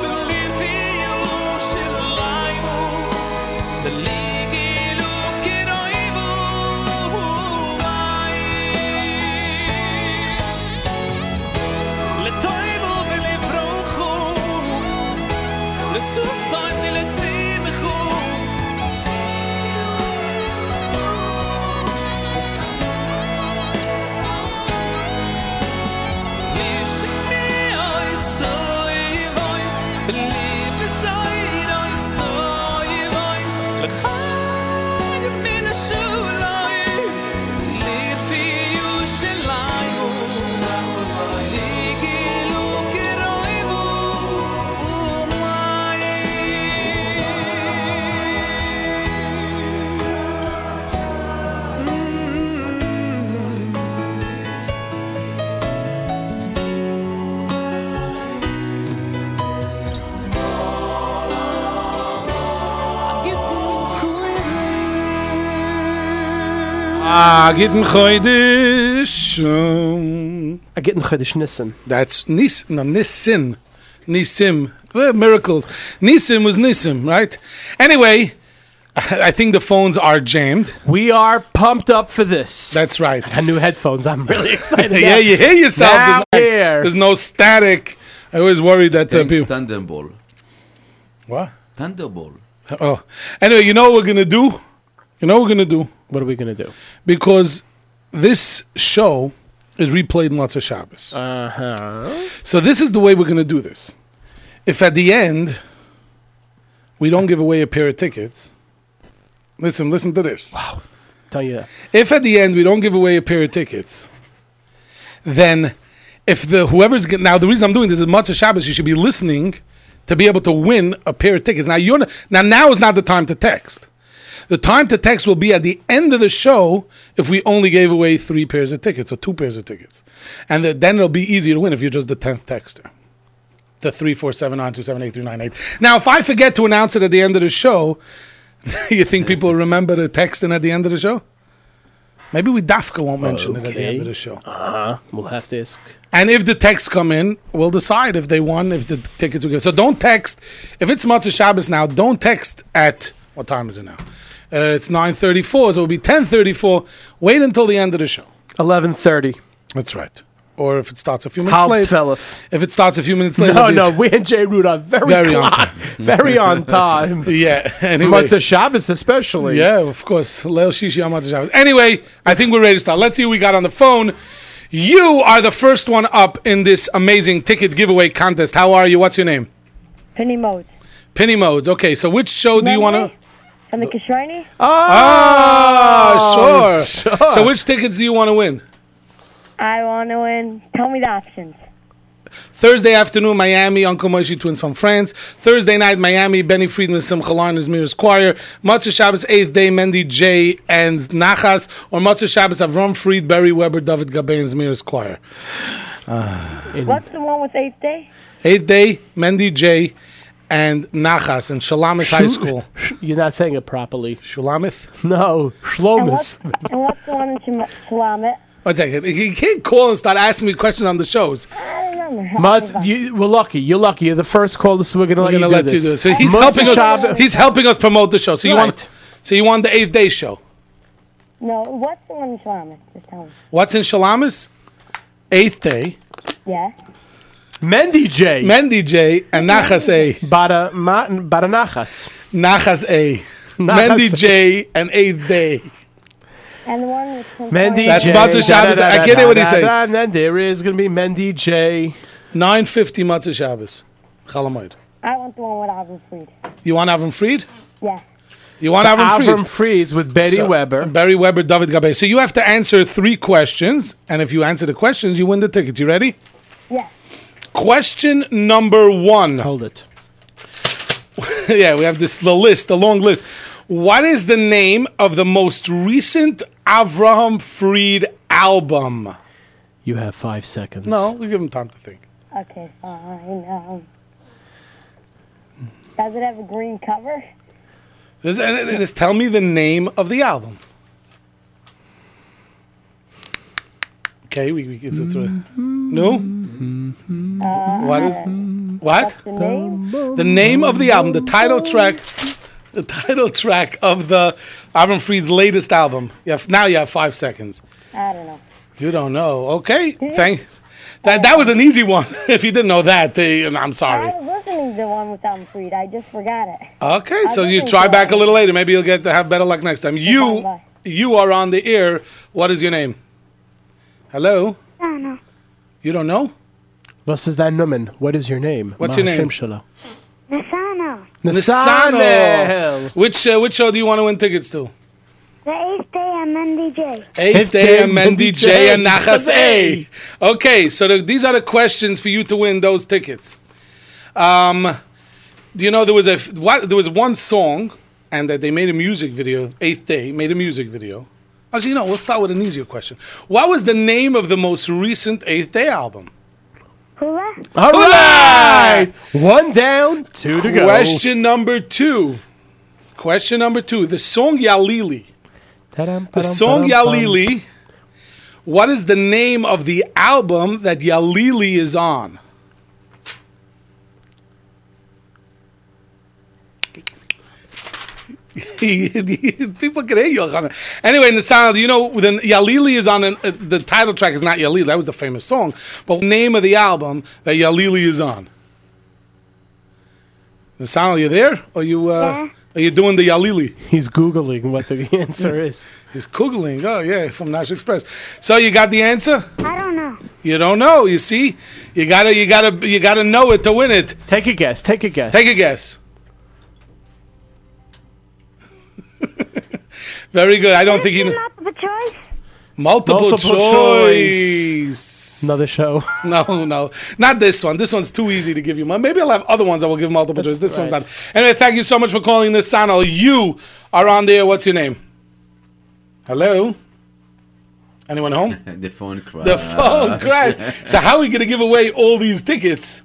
N: וליבי יושליימו The league look it over Le toivo ve le brocho Le susan le simcho Nish mi ois toy voice Believe beside ois toy voice Le khay min shulay Le fi you shlay Ligilu kiroivu
B: Ah, gitten Chodesh. Um,
C: I get in Chodesh Nissen.
B: That's Nis, no, Nissen. Nisim. Eh, miracles. Nisim was Nisim, right? Anyway, I think the phones are jammed.
E: We are pumped up for this.
B: That's right.
E: I new headphones. I'm
B: <laughs>
E: really excited.
B: yeah, you hear yourself.
E: Now
B: there's, no-
E: here.
B: there's no static. I always worry that uh,
F: Thanks,
B: people.
F: Thunderball.
B: What?
F: Thunderball. <laughs>
B: Oh, anyway, you know what we're gonna do? You know what we're gonna do?
E: What are we gonna do?
B: Because this show is replayed in lots of Shabbos.
E: Uh huh.
B: So this is the way we're gonna do this. If at the end we don't give away a pair of tickets, listen, listen to this. Wow.
E: Tell you. That.
B: If at the end we don't give away a pair of tickets, then if the whoever's get, now the reason I'm doing this is much of Shabbos, you should be listening to be able to win a pair of tickets. Now you're not, now now is not the time to text. The time to text will be at the end of the show if we only gave away three pairs of tickets or two pairs of tickets, and the, then it'll be easier to win if you're just the tenth texter. The three four seven nine two seven eight three nine eight. Now, if I forget to announce it at the end of the show, <laughs> you think people remember to text in at the end of the show? Maybe we Dafka won't mention it at the end of the show.
E: Uh huh. We'll have to ask.
B: And if the texts come in, we'll decide if they won, if the tickets were good. So don't text. If it's Matzah Shabbos now, don't text at what time is it now? Uh, it's nine thirty-four, so it'll be ten thirty-four. Wait until the end of the show.
E: Eleven thirty.
B: That's right. Or if it starts a few minutes late.
E: Hauptfeller.
B: If it starts a few minutes later.
E: No,
B: it'll be-
E: no. We and Jay Root are very,
B: Very on
E: clock,
B: time.
E: very
B: <laughs>
E: on time.
B: Yeah. Anyway.
E: Months of Shabbos, especially.
B: Yeah, of course. Leil Shishi on Matzah Shabbos. Anyway, I think we're ready to start. Let's see who we got on the phone. You are the first one up in this amazing ticket giveaway contest. How are you? What's your name?
O: Penny mode.
B: Penny modes. Okay, so which show do you want to?
O: From the Kishrani?
B: Ah, sure.
O: sure.
B: So which tickets do you want to win?
O: I want to win. Tell me the options.
B: Thursday afternoon, Miami, Uncle Moshe Twins from France. Thursday night, Miami, Benny Friedman, Simcha Larn, Izmir's Choir. Matzah Shabbos, 8th day, Mendy J. and Nachas. Or Matzah Shabbos, Avram Fried, Barry Weber, David Gabay, and Izmir's Choir.
O: What's the one with eighth day?
B: 8th day, Mendy J. and Nachas in Shalamis High
E: <laughs>
B: School.
E: You're not saying it properly.
B: Shulamith?
E: No,
O: And what's,
E: Shlomis.
O: and what's the one in Shema- Shalamet?
B: One second. You can't call and start asking me questions on the shows.
O: I don't remember. how
E: Mutz,
O: it was.
E: you, we're lucky. You're lucky. You're the first caller, so we're going to
B: We're
E: let,
B: gonna
E: you,
B: let
E: do
B: you do it.
E: this.
B: So he's
E: Matzah
B: helping us.
E: Shabbos-
B: He's helping us promote the show. So you want? So you want the eighth day show?
O: No, what's the one in Shalamet? Just tell me.
B: What's in Shalamis? Eighth day.
O: Yeah.
E: Mendy J.
B: Mendy J. And Nachas A.
E: Bada, ma, bada Nachas.
B: Nachas A. Mendy J. And eighth day.
O: And the one with
E: Mendy
B: That's
E: J.
B: Matzah Shabbos.
E: da, da,
B: I get it
E: da,
B: what he's
E: da,
B: saying.
E: da, And then there is going to be Mendy J.
B: Nine fifty Matzah Shabbos. Chalamoid.
O: I want the one with Avram Fried.
B: You want Avram Fried?
O: Yeah.
B: You want
E: So
B: Avram Fried?
E: Avram Fried's with Betty Weber.
B: Barry Weber, David Gabay. So you have to answer three questions, and if you answer the questions, you win the tickets. You ready?
O: Yeah.
B: Question number one.
E: Hold it.
B: <laughs> yeah, we have this the list, the long list. What is the name of the most recent Avraham Fried album?
E: You have five seconds.
B: No, we give him time to think.
O: Okay, fine. Um, does it have a green cover?
B: Just, uh, just tell me the name of the album. Okay, we, we it's, it's, no. What is what? The
O: name?
B: of the album, the title track, the title track of the Avram Fried's latest album. You have, now you have five seconds.
O: I don't know.
B: You don't know. Okay, thank. That that was an easy one. <laughs> if you didn't know that, uh, I'm sorry.
O: I was listening to the one with Avram Fried. I just forgot it.
B: Okay, so you try back a little later. Maybe you'll get to have better luck next time. You you are on the air. What is your name? Hello?
L: I don't know.
B: You don't know?
E: Was is dein Numen? What is your name?
B: What's your
E: Ma'ashem
B: name?
E: Shalom.
L: Nisano.
E: Nisanel.
B: Which uh, which show do you want to win tickets to?
L: The eighth day I'm NDJ.
B: Eighth Day and Mendy J and Nachas A. Okay, so the, these are the questions for you to win those tickets. Um, do you know there was a f- what, there was one song and that they made a music video. Eighth Day made a music video. Actually, no. We'll start with an easier question. What was the name of the most recent Eighth Day album?
L: Hula?
E: All right. One down, two to go.
B: Question number two. Question number two. The song Yalili.
E: Ta-dam,
B: The
E: pa-dam,
B: song
E: pa-dam, pa-dam.
B: Yalili. What is the name of the album that Yalili is on? <laughs> People can hear you, Yochanan. Anyway, Nasana, do you know then Yalili is on an, uh, the title track is not Yalili. That was the famous song, but name of the album that Yalili is on. Nasana, you there? Are you? Uh, Are you doing the Yalili?
E: He's googling what the <laughs> answer is.
B: He's googling. Oh yeah, from Nash Express. So you got the answer?
L: I don't know.
B: You don't know. You see, you gotta, you gotta, you gotta know it to win it.
E: Take a guess. Take a guess.
B: Take a guess. Very good. I don't think you. know.
L: Multiple choice?
B: Multiple,
E: Multiple
B: choice.
E: Another show.
B: <laughs> No, no, not this one. This one's too easy to give you. Maybe I'll have other ones I will give multiple choice. This one's
E: right.
B: not. Anyway, thank you so much for calling this channel. You are on there. What's your name? Hello. Anyone home?
F: the phone crashed.
B: The
E: <laughs>
F: <laughs>
B: phone crashed. So how are we going to give away all these tickets?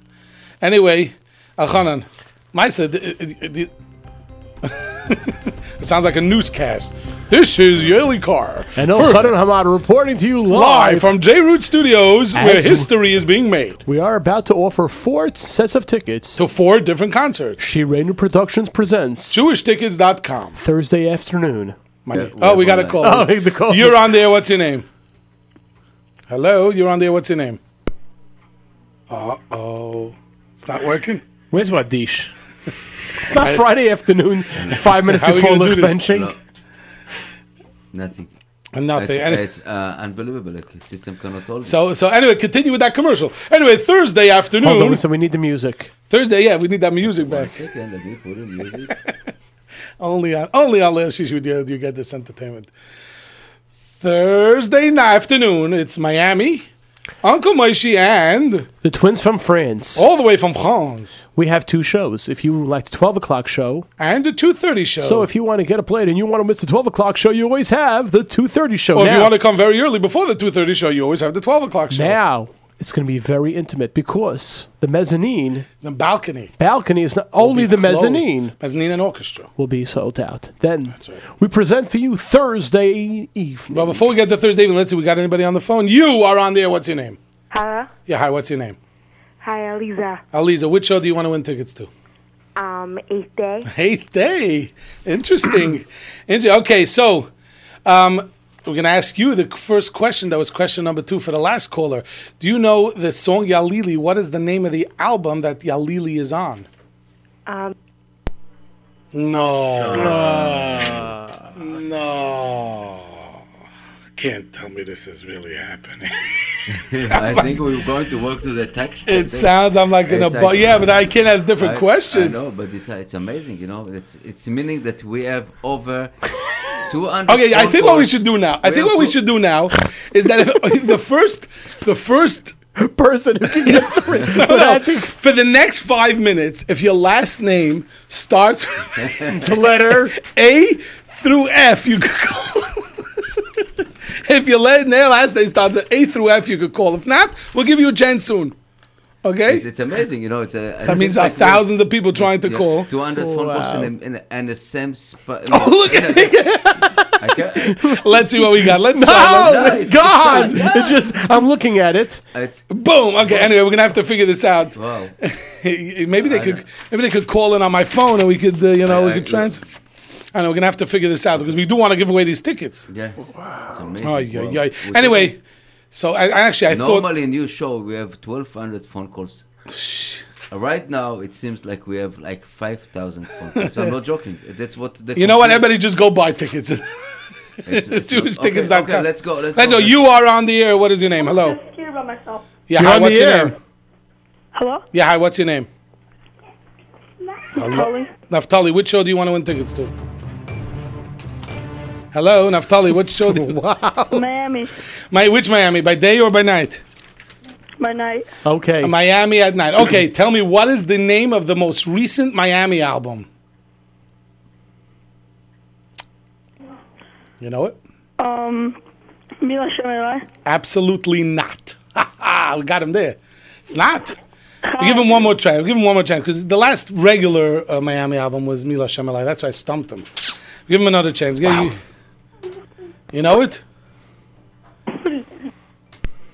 B: Anyway, Alchanan, Maisa, d- d- d- <laughs> it sounds like a newscast. This is Yeli Carr.
E: And
B: First-
E: Elchanan Hamad reporting to you live.
B: live from J Root Studios, where
E: As-
B: history is being made.
E: We are about to offer four sets of tickets
B: to four different concerts.
E: Shirenu Productions presents
B: JewishTickets.com.
E: Thursday afternoon.
B: oh, we got a call.
E: Oh, the call.
B: You're on there. What's your name? Hello, you're on there. What's your name? Uh oh, it's not working.
E: Where's my
B: <laughs>
E: dish? It's not
B: I-
E: Friday afternoon, five minutes
B: How are we
E: before
B: gonna do
E: lift
B: this?
E: benching.
F: Nothing.
B: And nothing.
F: It's,
B: And-
F: it's uh, unbelievable. Like, system cannot hold it.
B: So so anyway, continue with that commercial. Anyway, Thursday afternoon.
F: Hold on,
C: so we need the music.
B: Thursday, yeah, we need that music back.
F: Second, let me put in music.
B: Only on only on Lil Shishi do you, do you get this entertainment. Thursday night afternoon, it's Miami. Uncle Moishi and
E: The twins from France.
B: All the way from France.
E: We have two shows. If you like the 12 o'clock show.
B: And the 2.30 show.
E: So if you want to get a plate and you want to miss the 12 o'clock show, you always have the 2.30 show.
B: or if you
E: Now-
B: want to come very early before the two thirty show, you always have the twelve o'clock show.
E: Now it's going to be very intimate because the mezzanine
B: The balcony.
E: balcony is not only the
B: Closed.
E: mezzanine
B: Mezzanine and orchestra.
E: will be sold out. Then we present for you Thursday evening.
B: Well, before we get to Thursday evening, let's see, we got anybody on the phone? You are on there. What's your name?
P: Huh?
B: Yeah, hi, what's your name?
P: Hi, Eliza.
B: Aliza, which show do you want to win tickets to? <laughs>
P: Um, eighth day.
B: Eighth day. Interesting. Interesting. Okay, so um, we're going to ask you the first question that was question number two for the last caller. Do you know the song Yalili? What is the name of the album that Yalili is on?
P: Um,
B: No. no. Can't tell me this is really happening.
F: I think we're going to work to the text. I
B: It
F: think.
B: sounds I'm like in a
F: It's
B: bu- yeah, but I can ask different
F: I-
B: questions.
F: I know, but it's, it's amazing, you know. It's it's meaning that we have
B: <laughs>
F: over 200.
B: Okay, I
F: phone
B: think what we
F: calls.
B: should do now. I think
F: We have
B: what we
F: two-
B: should do now is that if <laughs> the first, the first
E: person who can get three,
B: <laughs> no, no. for the next five minutes, if your last name starts with the letter <laughs> A through F, you could call. <laughs> if your la- na- last name starts with A through F, you could call. If not, we'll give you a chance soon. Okay.
F: It's, it's amazing, you know. It's a.
B: That means there are thousands of people trying to call.
F: 200 phone calls
B: Wow.
F: in, a- in, a- in the same
B: <laughs>
F: spot.
B: Oh, look at Let's see what we got. Let's
E: no,
B: try.
E: it's
B: Let's-
E: gone. It's just I'm looking at it.
B: Boom. Okay. Anyway, we're gonna have to figure this out.
F: Wow.
B: <laughs> maybe they
E: I
B: could. Maybe they could call in on my phone, and we could. Uh, you know, we
F: I-
B: could trans. I know we're gonna have to figure this out because we do want to give away these tickets.
F: Yeah. It's amazing.
B: Oh, yeah,
F: Wow.
B: yeah.
F: We
B: Anyway, so I, I actually I
F: Normally,
B: thought
F: in your show, we have 1,200 phone calls. Uh, Right now, it seems like we have like 5,000 phone calls. I'm not joking. That's what the
B: you know what
F: computer-
B: everybody just go buy tickets. <laughs>
F: It's- it's not-
B: JewishTickets.com.
F: okay, okay, let's go, let's
B: let's
F: go,
B: go.
F: let's
B: You are on the air. What is your name? Hello.
P: scared about myself.
B: Yeah.
E: You're
B: hi,
E: on the
B: what's your
E: air.
B: name?
P: Hello?
B: Yeah. Hi. What's your name?
P: Naftali.
B: Naftali. Which show do you want to win tickets to? Hello, Naftali. Which show? Do you... wow.
P: Miami.
B: My which Miami? By day or by night?
P: My night.
E: Okay.
B: Miami at night. Okay, tell me what is the name of the most recent Miami album? You know it?
P: Um, Mila Shemelai.
B: Absolutely not. <laughs> we got him there. It's not. We give him one more try. We give him one more chance because the last regular uh, Miami album was Mila Shamalai. That's why I stumped him. Give him another chance. Give you, you know it?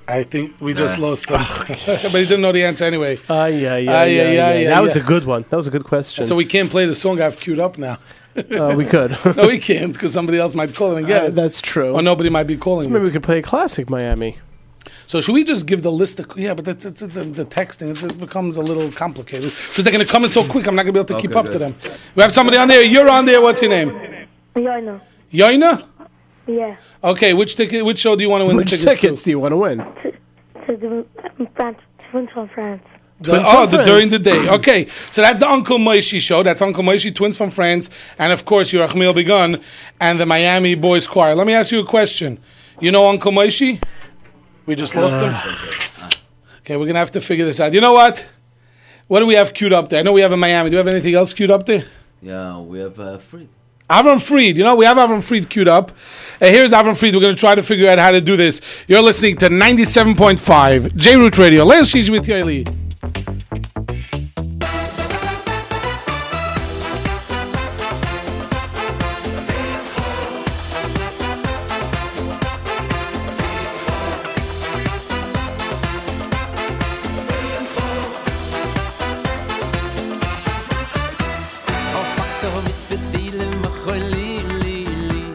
B: I think we just
E: Uh.
B: lost
E: <laughs>
B: him. <laughs> but he didn't know the answer anyway.
E: Uh, yeah, yeah, yeah,
B: Ay,
E: yeah,
B: ay, ay,
E: That
B: ay,
E: was
B: ay.
E: a good one. That was a good question.
B: So we can't play the song I've queued up now.
E: Uh, we could.
B: <laughs> no, we can't because somebody else might call and get
E: Uh,
B: it.
E: that's true.
B: Or oh, nobody might be calling.
E: So maybe
B: it.
E: we could play a classic Miami.
B: So should we just give the list? A, yeah, but that's, that's, that's, the texting it's, it becomes a little complicated because they're going to come in so quick. I'm not going to be able to keep
P: Okay,
B: up to
P: good.
B: them. We have somebody on there. You're on there. What's your name?
P: Yeah, I know.
B: Yoina.
P: Yeah.
B: Okay, which ticket? Which show do you want to win?
E: Which
B: the tickets
E: tickets do you want to win?
P: To the um, France, twins from France.
B: The- oh, the, during the day. Okay, so that's the Uncle Moishi show. That's Uncle Moishi, twins from France, and of course, your Achmil Begun and the Miami Boys Choir. Let me ask you a question. You know Uncle Moishi? We just lost
N: Uh,
B: him. Okay, we're gonna have to figure this out. You know what? What do we have queued up there? I know we have in Miami. Do we have anything else queued up there?
F: Yeah, we have uh, free.
B: Avram Fried, you know, we have Avram Fried queued up. And here's Avram Fried. We're going to try to figure out how to do this. You're listening to 97.5 J Root Radio. Let's see with Yaeli.
N: Oh, מספדי למחולי, לי, לי.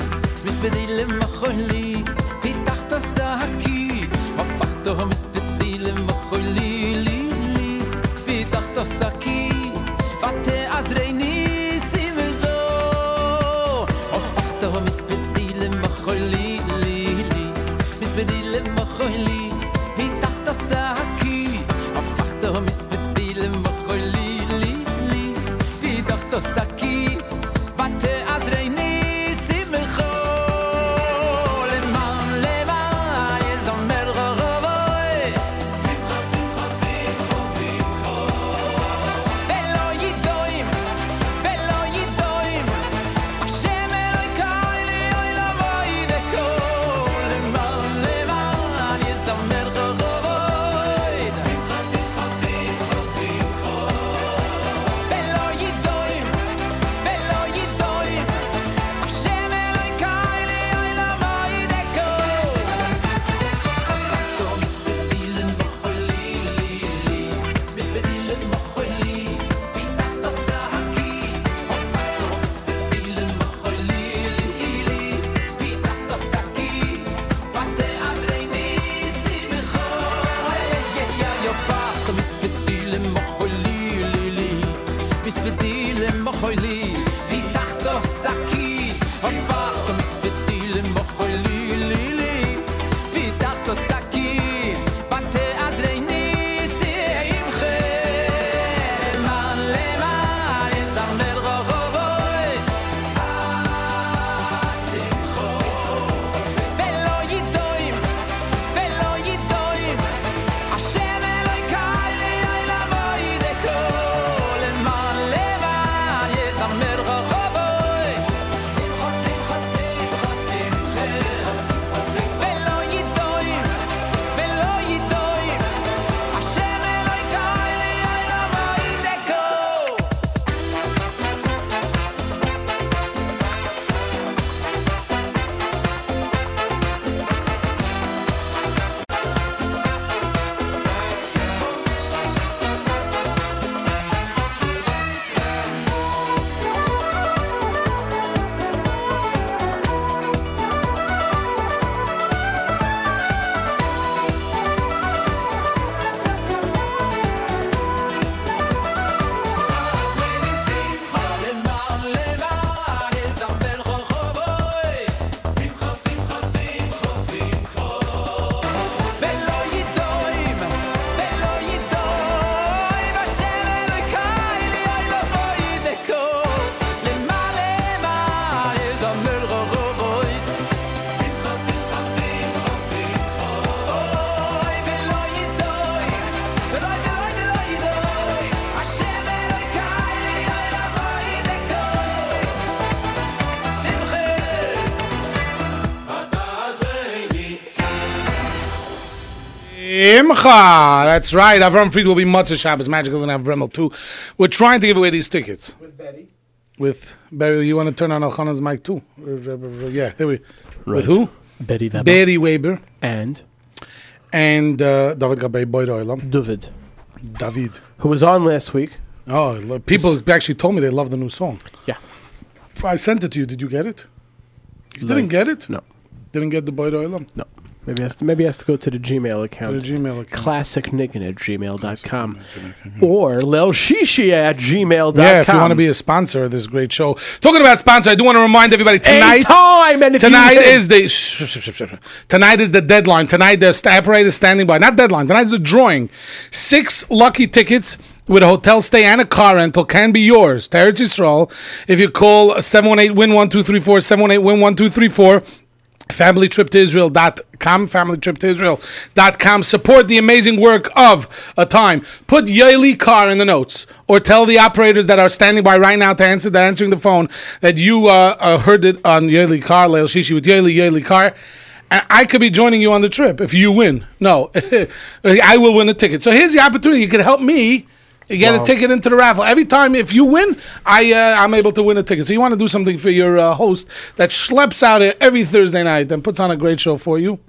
N: מספדי למחולי, פיתחת שקי. הפכת מספדי למחולי, לי, לי. פיתחת שקי. ותעזרני, שמחו. הפכת מספדי למחולי, לי,
Q: מספדי למחולי, פיתחת שקי, הפכת מספדי למחולי, לי, לי, פיתחת שקי, ותעזרי ניסים בכל למען למען יזמר רבוי, שמחה שמחה שמחה שמחה ולא ידועים, ולא ידועים השם אלוהי קיילי, אוי לבואי דקול. למען, למען, יזמר רחובות. ולא ידועים, ולא ידועים. השם אלוהי קיילי, אוי לבואי דקול. פתאום מספדי למחולי, לי, לי. מספדי למחולי, פיתחת שחקי. פתאום מספדי למחולי, לי, לי. פיתחת שחקי. ותעזרי ניסי בכל. יא, יא, יא, פתאום מספדי למחולי, לי, לי. מספדי למחולי, פיתחת שחקי. הפכת מספדי למחולי, לי, לי. פיתחת שקית, ותעזרי ניסי עמכם. למען למען יזמר רחובוי, השמחו. ולא ידועים, ולא ידועים, השם אלוהי קיילי, אוי לבואי דקול. למען למען יזמר רחובוי, שמחו, שמחו, שמחו, שמחו. ולא ידועים, ולא ידועים, השם אלוהי קיילי, אוי לבואי דקול. למען למען יזמר רחובוי, שמחו, שמחו, שמחו, שמחו. ולא ידועים, ולא ידועים, השם אלוהי קיילי, אוי לבואי דקו. למען למען יזמר רחובוי, שמחו, שמחו, שמחו, שמחו. אוי, ולא ידועים, ולא ידועים, ולא ידועים, השם אלוהי קיילי, אוי לבואי דקו. שמחה.
B: Imcha. That's right. Avram Fried will be Matzah Shabbos. Magical and Avramel too. We're trying to give away these tickets. With Betty. With Barry, you want to turn on Elchana's mic too? Yeah, there we. With who?
E: Betty Weber.
B: Barry Weber
E: and
B: and uh, David Gabay Boyd Oilam.
E: David.
B: David.
E: Who was on last week?
B: Oh, lo- people actually told me they love the new song.
E: Yeah.
B: I sent it to you. Did you get it? You
E: Like-
B: didn't get it?
E: No.
B: Didn't get the Boyd Oilam?
E: No. Maybe has to, maybe has to go to the Gmail account.
B: To the Gmail account.
E: ClassicNicken at gmail.com. Or Lelshishi at gmail.com.
B: Yeah, if you want to be a sponsor of this great show. Talking about sponsor, I do want to remind everybody tonight.
E: time, and if you
B: tonight
E: hit-
B: is the sh- sh- sh- sh- sh- tonight is the deadline. Tonight the st- operator is standing by. Not deadline. Tonight is the drawing. Six lucky tickets with a hotel stay and a car rental can be yours. To Eretz Yisrael, if you call 718-WIN-1234, 718-WIN-1234, Family trip to Israel.com, family trip to Israel.com. Support the amazing work of a time. Put Yaeli Carr in the notes or tell the operators that are standing by right now to answer that answering the phone that you uh, uh, heard it on Yaeli Carr, Leil Shishi with Yaeli, Yaeli Carr. And I could be joining you on the trip if you win. No, <laughs> I will win a ticket. So here's the opportunity. You could help me get
E: Wow.
B: a ticket into the raffle. Every time, if you win, I uh, I'm able to win a ticket. So you want to do something for your uh, host that schleps out here every Thursday night and puts on a great show for you.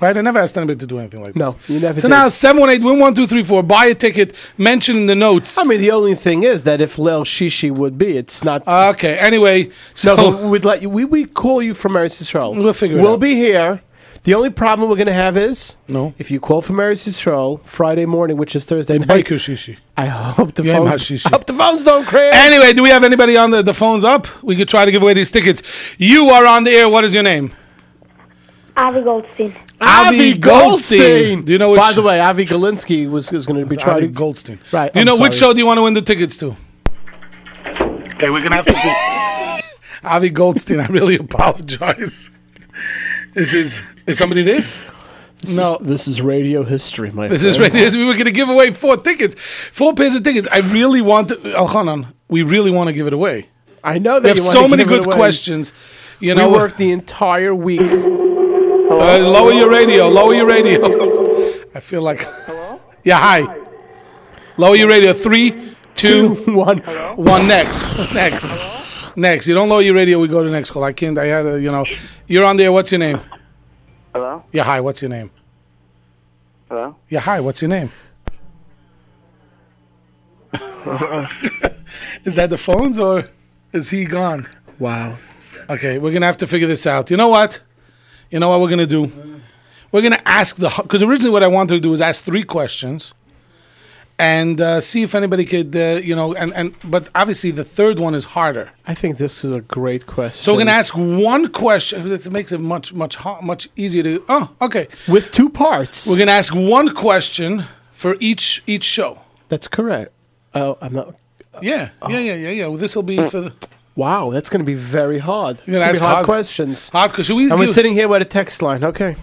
B: Right? I never asked anybody to do anything like
E: No,
B: this.
E: you never
B: So
E: did.
B: now 718 win 1234 buy a ticket mention in the notes.
E: I mean, the only thing is that if Lel Shishi would be, it's not.
B: Okay. Anyway,
E: so
B: so-
E: we'd let you. We we call you from Eretz Yisrael.
B: We'll figure it
E: We'll
B: out.
E: be here. The only problem we're going to have is
B: no.
E: If you call from Eretz Yisrael Friday morning, which is Thursday night,
B: Baiku Shishi.
E: I hope the
B: Yeah,
E: phones.
B: <laughs> Hashishi.
E: I hope the phones don't crash.
B: Anyway, do we have anybody on the, the phones up? We could try to give away these tickets. You are on the air. What is your name?
P: Avi Goldstein.
B: Avi Goldstein. Do you know which-
E: By the way, Avi Galinsky was, was going to be
B: It's
E: trying
B: Avi
E: to Goldstein. Right.
B: Do you
E: I'm
B: know which
E: sorry.
B: show do you want to win the tickets to? Okay, we're gonna have to. <laughs> Avi Goldstein, I really apologize. <laughs> This is is somebody there?
E: This Is, this is radio history, my
B: This is right. <laughs>
E: friends.
B: This, we were going to give away four tickets, four pairs of tickets. I really want to, Al Khanan, we really want to give it away.
E: I know that
B: we have
E: you want
B: so
E: to
B: many
E: give it
B: good
E: away.
B: questions. You know,
E: we worked the entire week.
B: Uh, lower your radio. Lower your radio. I feel like. Hello. Yeah. Hi. Lower your radio. Three, two,
E: <laughs> one,
B: one. Next. Next. Next. You don't lower your radio. We go to next call. I can't. I had a. You know. You're on there. What's your name?
R: Hello?
B: Yeah. Hi. What's your name?
R: Hello?
B: Yeah. Hi. What's your <laughs> name? is that the phones or is he gone? Wow. Okay, we're gonna have to figure this out. You know what? You know what we're gonna do? We're gonna ask the because originally what I wanted to do was ask three questions and uh, see if anybody could uh, you know and and but obviously the third one is harder.
E: I think this is a great question.
B: So we're gonna ask one question. This makes it much much har- much easier to. Oh, okay.
E: with two parts.
B: We're gonna ask one question for each each show.
E: That's correct. Oh, I'm not.
B: Yeah, yeah, yeah, yeah, yeah. Well, this will be for the.
E: Wow, that's going to be very hard.
B: You're
E: It's
B: gonna
E: gonna be
B: ask
E: hard
B: hard-
E: questions.
B: Hard question. We
E: and we're
B: do-
E: sitting here with a text line. Okay.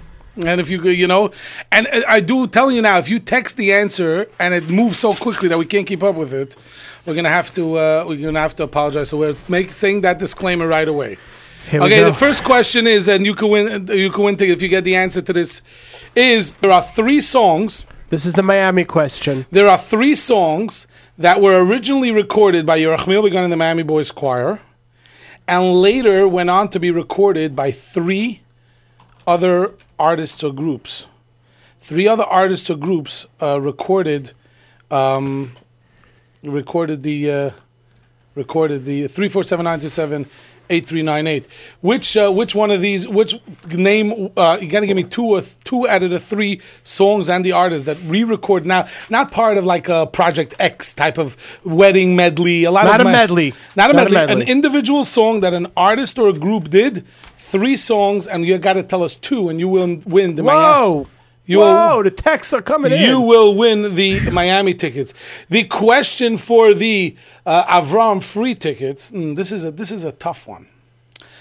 B: And if you could, you know, and uh, I do tell you now, if you text the answer and it moves so quickly that we can't keep up with it, we're gonna have to uh, we're gonna have to apologize. So we're make, saying that disclaimer right away.
E: Here we
B: okay,
E: go.
B: the first question is, and you can win. You can win ticket if you get the answer to this. Is there are three songs?
E: This is the Miami question.
B: There are three songs that were originally recorded by Yerachmiel Begun and the Miami Boys Choir, and later went on to be recorded by three other artists or groups. Three other artists or groups uh, recorded, um, recorded the, uh, recorded the three four seven nine two seven. 8398 which uh, which one of these which name uh, you gotta give me two or th- two out of the three songs and the artists that re-record now not part of like a project x type of wedding medley a lot
E: Not
B: of
E: a
B: my-
E: medley.
B: not a
E: Not a
B: medley, an
E: medley.
B: individual song that an artist or a group did three songs and you gotta tell us two and you will win the
E: Whoa.
B: Miami. You
E: Whoa, the texts are coming in.
B: you will win the Miami tickets. The question for the uh, Avram free tickets. mm, this is a this is a tough one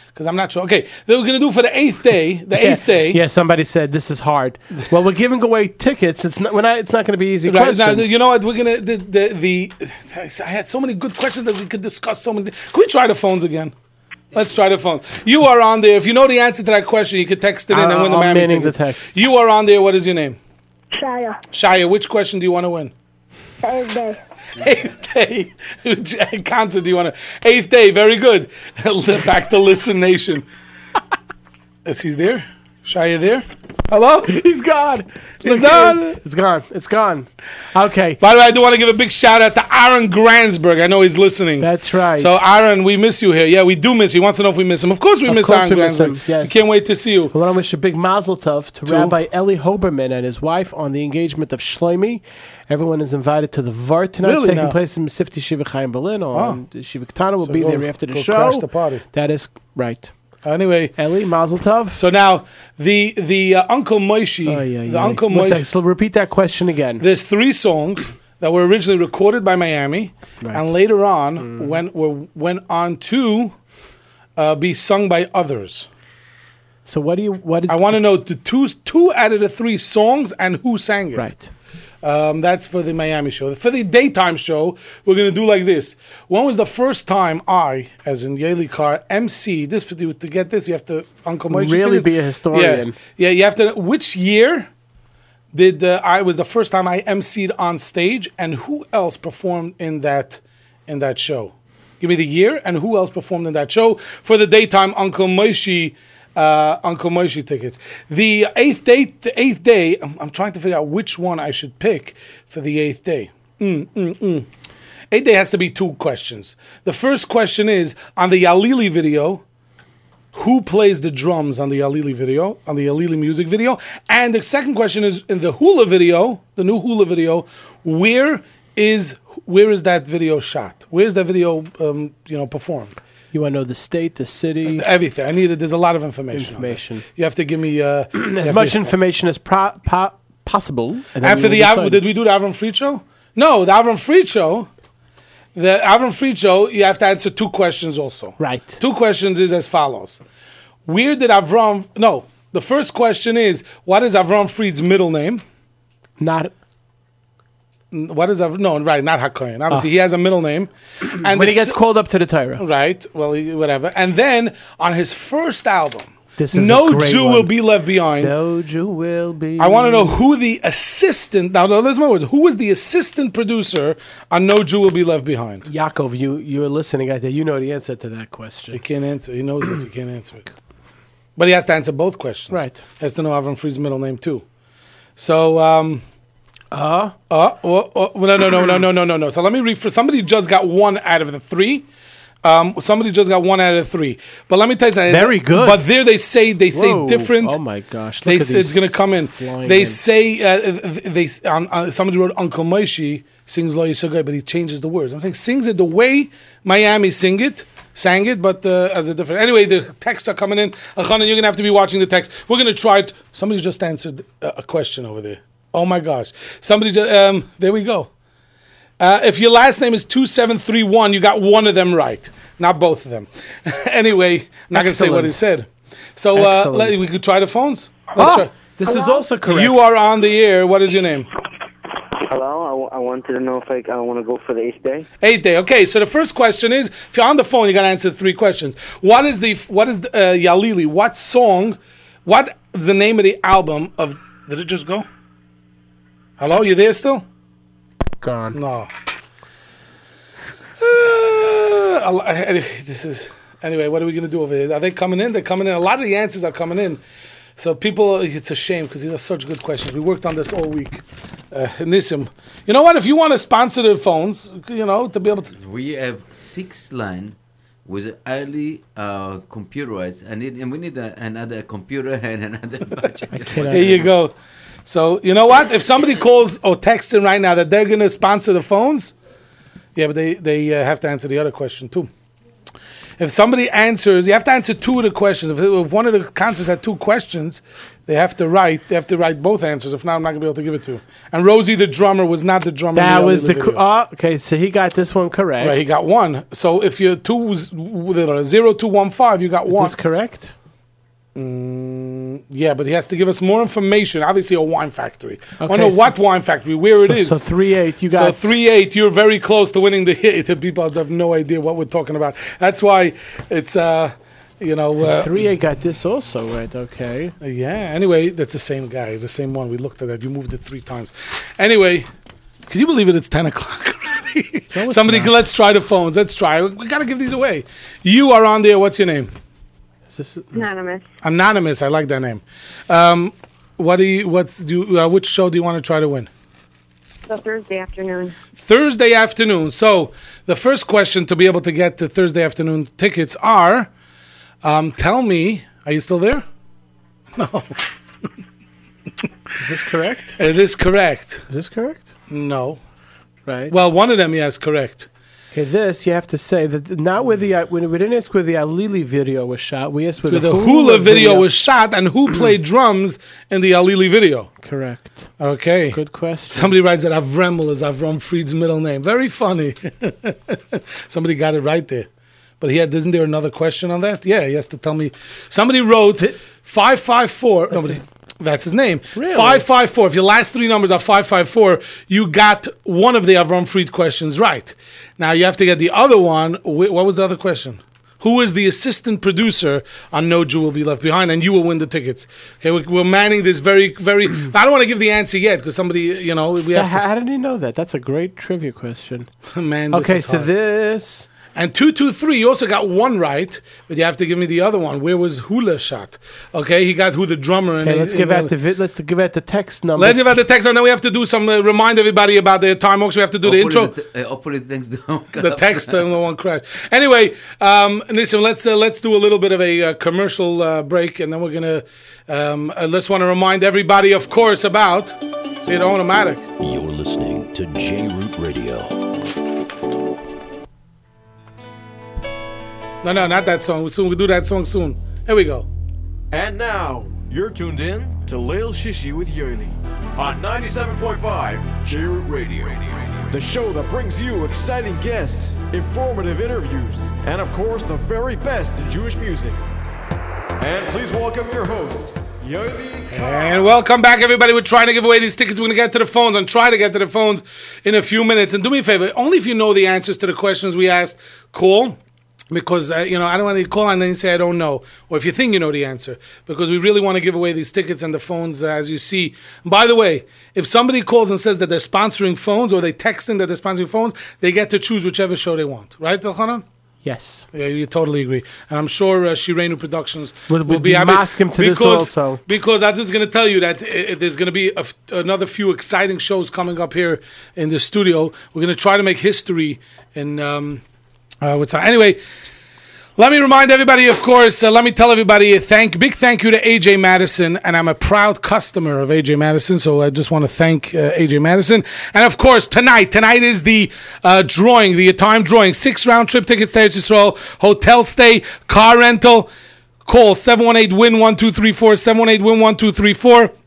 B: because I'm not sure. Okay, they we're gonna do for the eighth day. The eighth day.
E: Yeah, somebody said this is hard. Well, we're giving away tickets. It's not. We're not it's not going to be easy
B: Right, now,
E: questions.
B: you know what? We're gonna the, the the I had so many good questions that we could discuss. So many. Can we try the phones again? Let's try the phones. You are on there. If you know the answer to that question, you could text it in and win the
E: Uh, I'm
B: Miami
E: manning the
B: tickets.
E: text.
B: You are on there. What is your name?
P: Shia.
B: Shia. Which question do you want to win?
P: Eighth day.
B: <laughs> Eighth day. <laughs> Which concert do you want to? Eighth day. Very good. <laughs> Back to Listen Nation. <laughs> Is he there? Shia there? Hello?
E: <laughs> He's gone.
B: He's
E: Look,
B: gone.
E: It's gone. It's gone. Okay.
B: By the way, I do want to give a big shout out to Aaron Gransberg. I know he's listening.
E: That's right.
B: So, Aaron, we miss you here. Yeah, we do miss you. He wants to know if we miss him. Of course we
E: Of
B: miss
E: course
B: Aaron
E: we miss
B: Gransberg.
E: him, yes.
B: We can't wait to see you.
E: I want to wish a big mazel tov to,
B: To-
E: Rabbi Eli Hoberman and his wife on the engagement of Shlomi. Everyone is invited to the VAR tonight,
B: Really Oh.
E: taking
B: now?
E: place in Sifti Shiva Chaim Berlin. On the Shiva Katana will
B: Ah. So
E: be
B: go-
E: there after the
B: go
E: show.
B: crash the party.
E: That is right.
B: Anyway,
E: Eli Mazel Tov.
B: So now the the uh, Uncle Moishi, the Uncle
E: One
B: Moishi.
E: sec, so repeat that question again.
B: There's three songs that were originally recorded by Miami, and later on
E: Mm.
B: went were, went on to uh, be sung by others.
E: So what do you what is?
B: I want to know the two two out of the three songs and who sang it. Right. Um, that's for the Miami show. For the daytime show, we're gonna do like this. When was the first time I, as in Yaley Carr, MC? This for, to get this, you have to Uncle Moshe
E: Really
B: tickets.
E: be a historian.
B: Yeah, yeah, you have to. Which year did uh, I was the first time I MC'd on stage, and who else performed in that in that show? Give me the year and who else performed in that show for the daytime Uncle Moishi uh, Uncle Moishi tickets. The eighth day, the eighth day. I'm, I'm trying to figure out which one I should pick for the eighth day. Mm, mm, mm. Eighth day has to be two questions. The first question is on the Yalili video who plays the drums on the Alili video, on the Alili music video. And the second question is in the Hula video, the new Hula video, where is where is that video shot? Where is that video um, you know performed?
E: You want to know the state, the city,
B: Everything. I needed. There's a lot of information. on that.
E: Information.
B: You have to give me
E: <clears throat>
B: uh, you have
E: as
B: to-
E: much information as pro- po- possible. and then
B: After
E: we
B: the
E: will
B: Av-
E: decide.
B: did we do the Avram Fried show? No, the Avram Fried show. The Avram Fried show. You have to answer two questions also. Right. Two questions is as follows: Where did Avram? No. The first question is what is Avram Fried's middle name? Not. What is Avram? No, right, not Hakoyan. Obviously,
E: Ah.
B: he has a middle name.
E: when he
B: it's-
E: gets called up to the Torah.
B: Right. Well, he- whatever. And then on his first album,
E: This is
B: no
E: a great
B: Jew
E: one.
B: will be left behind.
E: No Jew will be.
B: I want to know who the assistant. Now, no, there's my words. Who was the assistant producer on No Jew Will Be Left Behind?
E: Yaakov, you you're listening out there. You know the answer to that question. You
B: can't answer. He knows it. You can't answer it. But he has to answer both questions. Right. He has to know Avram Fried's middle name too. So, um, uh, uh, well, uh, no, no, no, no, no, no, no, no. So let me read for somebody just got one out of the three. Um, somebody just got one out of the three. But let me tell you something.
E: Very good.
B: But there they say they say
E: Whoa.
B: different.
E: Oh my gosh! Look
B: They
E: at
B: s-
E: these
B: it's going to come in.
E: flying
B: They
E: in.
B: say uh, th- they s- on, on, somebody wrote Uncle Moshe sings Lo Yisogai, but he changes the words. I'm saying sings it the way Miami sing it, sang it, but uh, as a different. Anyway, the texts are coming in. Achanan, you're going to have to be watching the text. We're going to try. T- somebody just answered uh, a, a question over there. Oh my gosh! Somebody just um, there we go. Uh, if your last name is 2731, you got one of them right, not both of them. <laughs> anyway, I'm not going to say what he said.
E: Excellent.
B: So uh,
E: Excellent.
B: let, we could try the phones.
E: Ah,
B: try-
E: this is also correct.
B: You are on the air. What is your name?
R: Hello, I, w- I wanted to know if I, I want to go for the eighth day.
B: Eight day. Okay, so the first question is: If you're on the phone, you got to answer three questions. What is the what is the, uh, Yalili? What song? What is the name of the album of? Did it just go? Hello, you there still? Gone. No. Uh, a lo- anyway, this is anyway. What are we gonna do over here? Are they coming in? They're coming in. A lot of the answers are coming in. So people, it's a shame because these are such good questions. We worked on this all week. Uh, Nissim, you know what? If you want to sponsor the phones, you know to be able to.
F: We have six line with highly uh, computerized, and, it, and we need a, another computer <laughs> and another
E: <laughs>
F: budget.
B: Here you go. So you know what? If somebody calls or texts in right now that they're gonna sponsor the phones, yeah, but they they uh, have to answer the other question too. If somebody answers, you have to answer two of the questions. If, if one of the counselors had two questions, they have to write. They have to write both answers. If not, I'm not gonna be able to give it to. you. And Rosie, the drummer, was not the drummer. in
E: That was
B: other
E: the
B: video.
E: co- ah, okay. So he got this one correct.
B: Right, he got one. So if you're two, was- there are zero, two, one, five, you got
E: Is
B: one.
E: this correct?
B: Mm, yeah, but he has to give us more information. Obviously, a wine factory. I want to
E: Okay,
B: know
E: so-
B: what wine factory, where
E: so,
B: it is.
E: So three eight. You got
B: so three eight. You're very close to winning the <laughs> hit. The people have no idea what we're talking about. That's why it's uh, you know uh,
E: three eight. Got this also right. Okay.
B: Yeah. Anyway, that's the same guy. It's the same one. We looked at that. You moved it three times. Anyway, can you believe it? It's ten <laughs> o'clock already. Somebody, let's try the phones. Let's try. We gotta give these away. You are on there. What's your name? Is this
P: Anonymous.
B: Anonymous. I like that name. Um, what do you? What's do? You, uh, which show do you want to try to win?
P: So Thursday afternoon.
B: Thursday afternoon. So the first question to be able to get the Thursday afternoon tickets are, um, tell me, are you still there? <laughs> No.
E: Is this correct?
B: It is correct.
E: Is this correct?
B: No.
E: Right.
B: Well, one of them, yes, correct.
E: Okay, this you have to say that not where the when we didn't ask where the Alili video was shot. We asked where
B: Where
E: the, uh,
B: the hula, video, was shot and who played drums in the Alili video.
E: correct.
B: Okay. Good
E: question.
B: Somebody writes that Avremel is Avram Fried's middle name. Very funny. <laughs> Somebody got it right there. But he had, isn't there another question on that? Yeah, he has to tell me. Somebody wrote 554. Nobody. That's his name.
E: Really?
B: 554. If your last three numbers are 554, you got one of the Avram Fried questions right. Now you have to get the other one. Wh- What was the other question? Who is the assistant producer on No Jew Will Be Left Behind, and you will win the tickets. Okay, we're, we're manning this very, very. <clears throat> I don't want to give the answer yet because somebody, you know, we
E: Yeah,
B: have to.
E: how, how did he know that? That's a great trivia question.
B: <laughs> Man, this
E: okay,
B: is
E: so
B: hard.
E: this
B: And two, two, three. You also got one right, but you have to give me the other one. Where was Hula shot? Okay, he got who the drummer. And
E: okay. Let's give out the vid, let's give out the text number.
B: Let's give out the text, and then we have to do some uh, remind everybody about the time walks. We have to do the intro.
F: Hopefully the- uh, hopefully things don't
B: the text and the one crash. Anyway, um, listen, let's uh, let's do a little bit of a uh, commercial uh, break, and then we're gonna. Um, I just want to remind everybody, of course, about see it automatic.
S: You're listening to J Root Radio.
B: No, no, not that song. Soon we'll do that song soon. Here we go.
A: And now, you're tuned in to Lil Shishi with Yoeli on 97.5 J Root Radio, the show that brings you exciting guests, informative interviews, and of course, the very best in Jewish music. And please welcome your host, Yoeli.
B: And welcome back, everybody. We're trying to give away these tickets. We're going to get to the phones and try to get to the phones in a few minutes. And do me a favor, only if you know the answers to the questions we asked, call. Because, uh, you know, I don't want to call and then you say, I don't know. Or if you think you know the answer. Because we really want to give away these tickets and the phones, uh, as you see. By the way, if somebody calls and says that they're sponsoring phones or they text in that they're sponsoring phones, they get to choose whichever show they want. Right, Dilchanan?
E: Yes.
B: Yeah, you totally agree. And I'm sure uh, Shirenu Productions
E: We'll-
B: will
E: we'll
B: be happy.
E: mask him to this also.
B: Because I'm just going to tell you that uh, uh, there's going to be a f- another few exciting shows coming up here in the studio. We're going to try to make history in um, uh, what's that? Anyway, let me remind everybody, of course, uh, let me tell everybody a thank, big thank you to AJ Madison, and I'm a proud customer of AJ Madison, so I just want to thank uh, AJ Madison. And of course, tonight, tonight is the uh, drawing, the time drawing, six round trip tickets to Eretz Yisrael, hotel stay, car rental. Call 718 win 1234, 718 win 1234.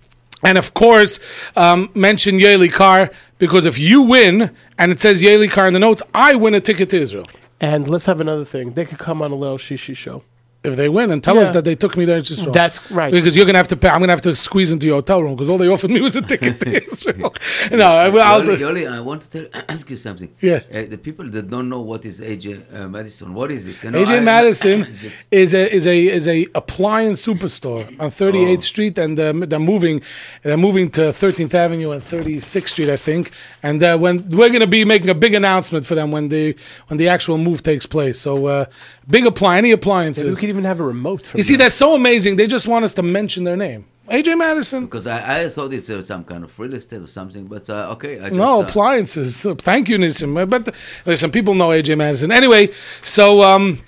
B: And of course, um, mention Yaeli Carr because if you win and it says Yaeli Carr in the notes, I win a ticket to Israel.
E: And let's have another thing. They could come on a little shishi show.
B: If they win and tell us
E: Yeah.
B: that they took me there, it's just wrong.
E: That's right.
B: Because you're gonna have to pay. I'm gonna have to squeeze into your hotel room because all they offered me was a ticket <laughs> to Israel. <laughs> no, I, will I'll,
F: Yoli, Yoli, I want to tell, <clears throat> ask you something.
B: Yeah.
F: Uh, the people that don't know what is AJ uh, Madison, what is it? You know,
B: AJ <laughs>
F: I-
B: Madison
F: Just-
B: is a is a is a appliance superstore on 38th Street, and um, they're moving they're moving to 13th Avenue and 36th Street, I think. And uh, when we're going to be making a big announcement for them when the when the actual move takes place. So uh, big appliance, any
E: Maybe we
B: appliances.
E: could even have a remote from
B: You see, they're so amazing. They just want us to mention their name. AJ Madison.
F: <laughs> Because I, I thought it's uh, some kind of real estate or something, but uh, okay. I just,
B: No
F: uh,
B: appliances. Thank you, Nissim. Uh, But listen, people know AJ Madison. Anyway, so um,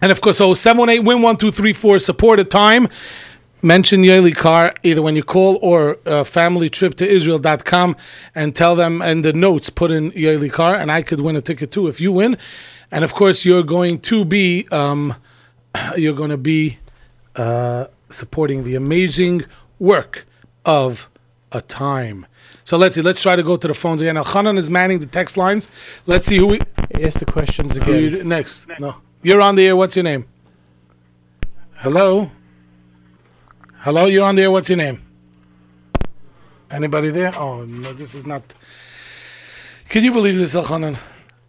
B: and of course, so seven one eight win one two three four support a time. Mention Yaeli Carr either when you call or uh, familytriptoisrael.com and tell them and the notes put in Yaeli Carr and I could win a ticket too if you win. And of course, you're going to be um, <clears throat> you're going to be uh, supporting the amazing work of a time. So let's see. Let's try to go to the phones again. Elchanan is manning the text lines. Let's see who we
E: ask the questions
B: again. next. no, you're on the air. What's your name? Hello. Hello, you're on the air. What's your name? Anybody there? Oh no, this is not. Can you believe this, Elchanan?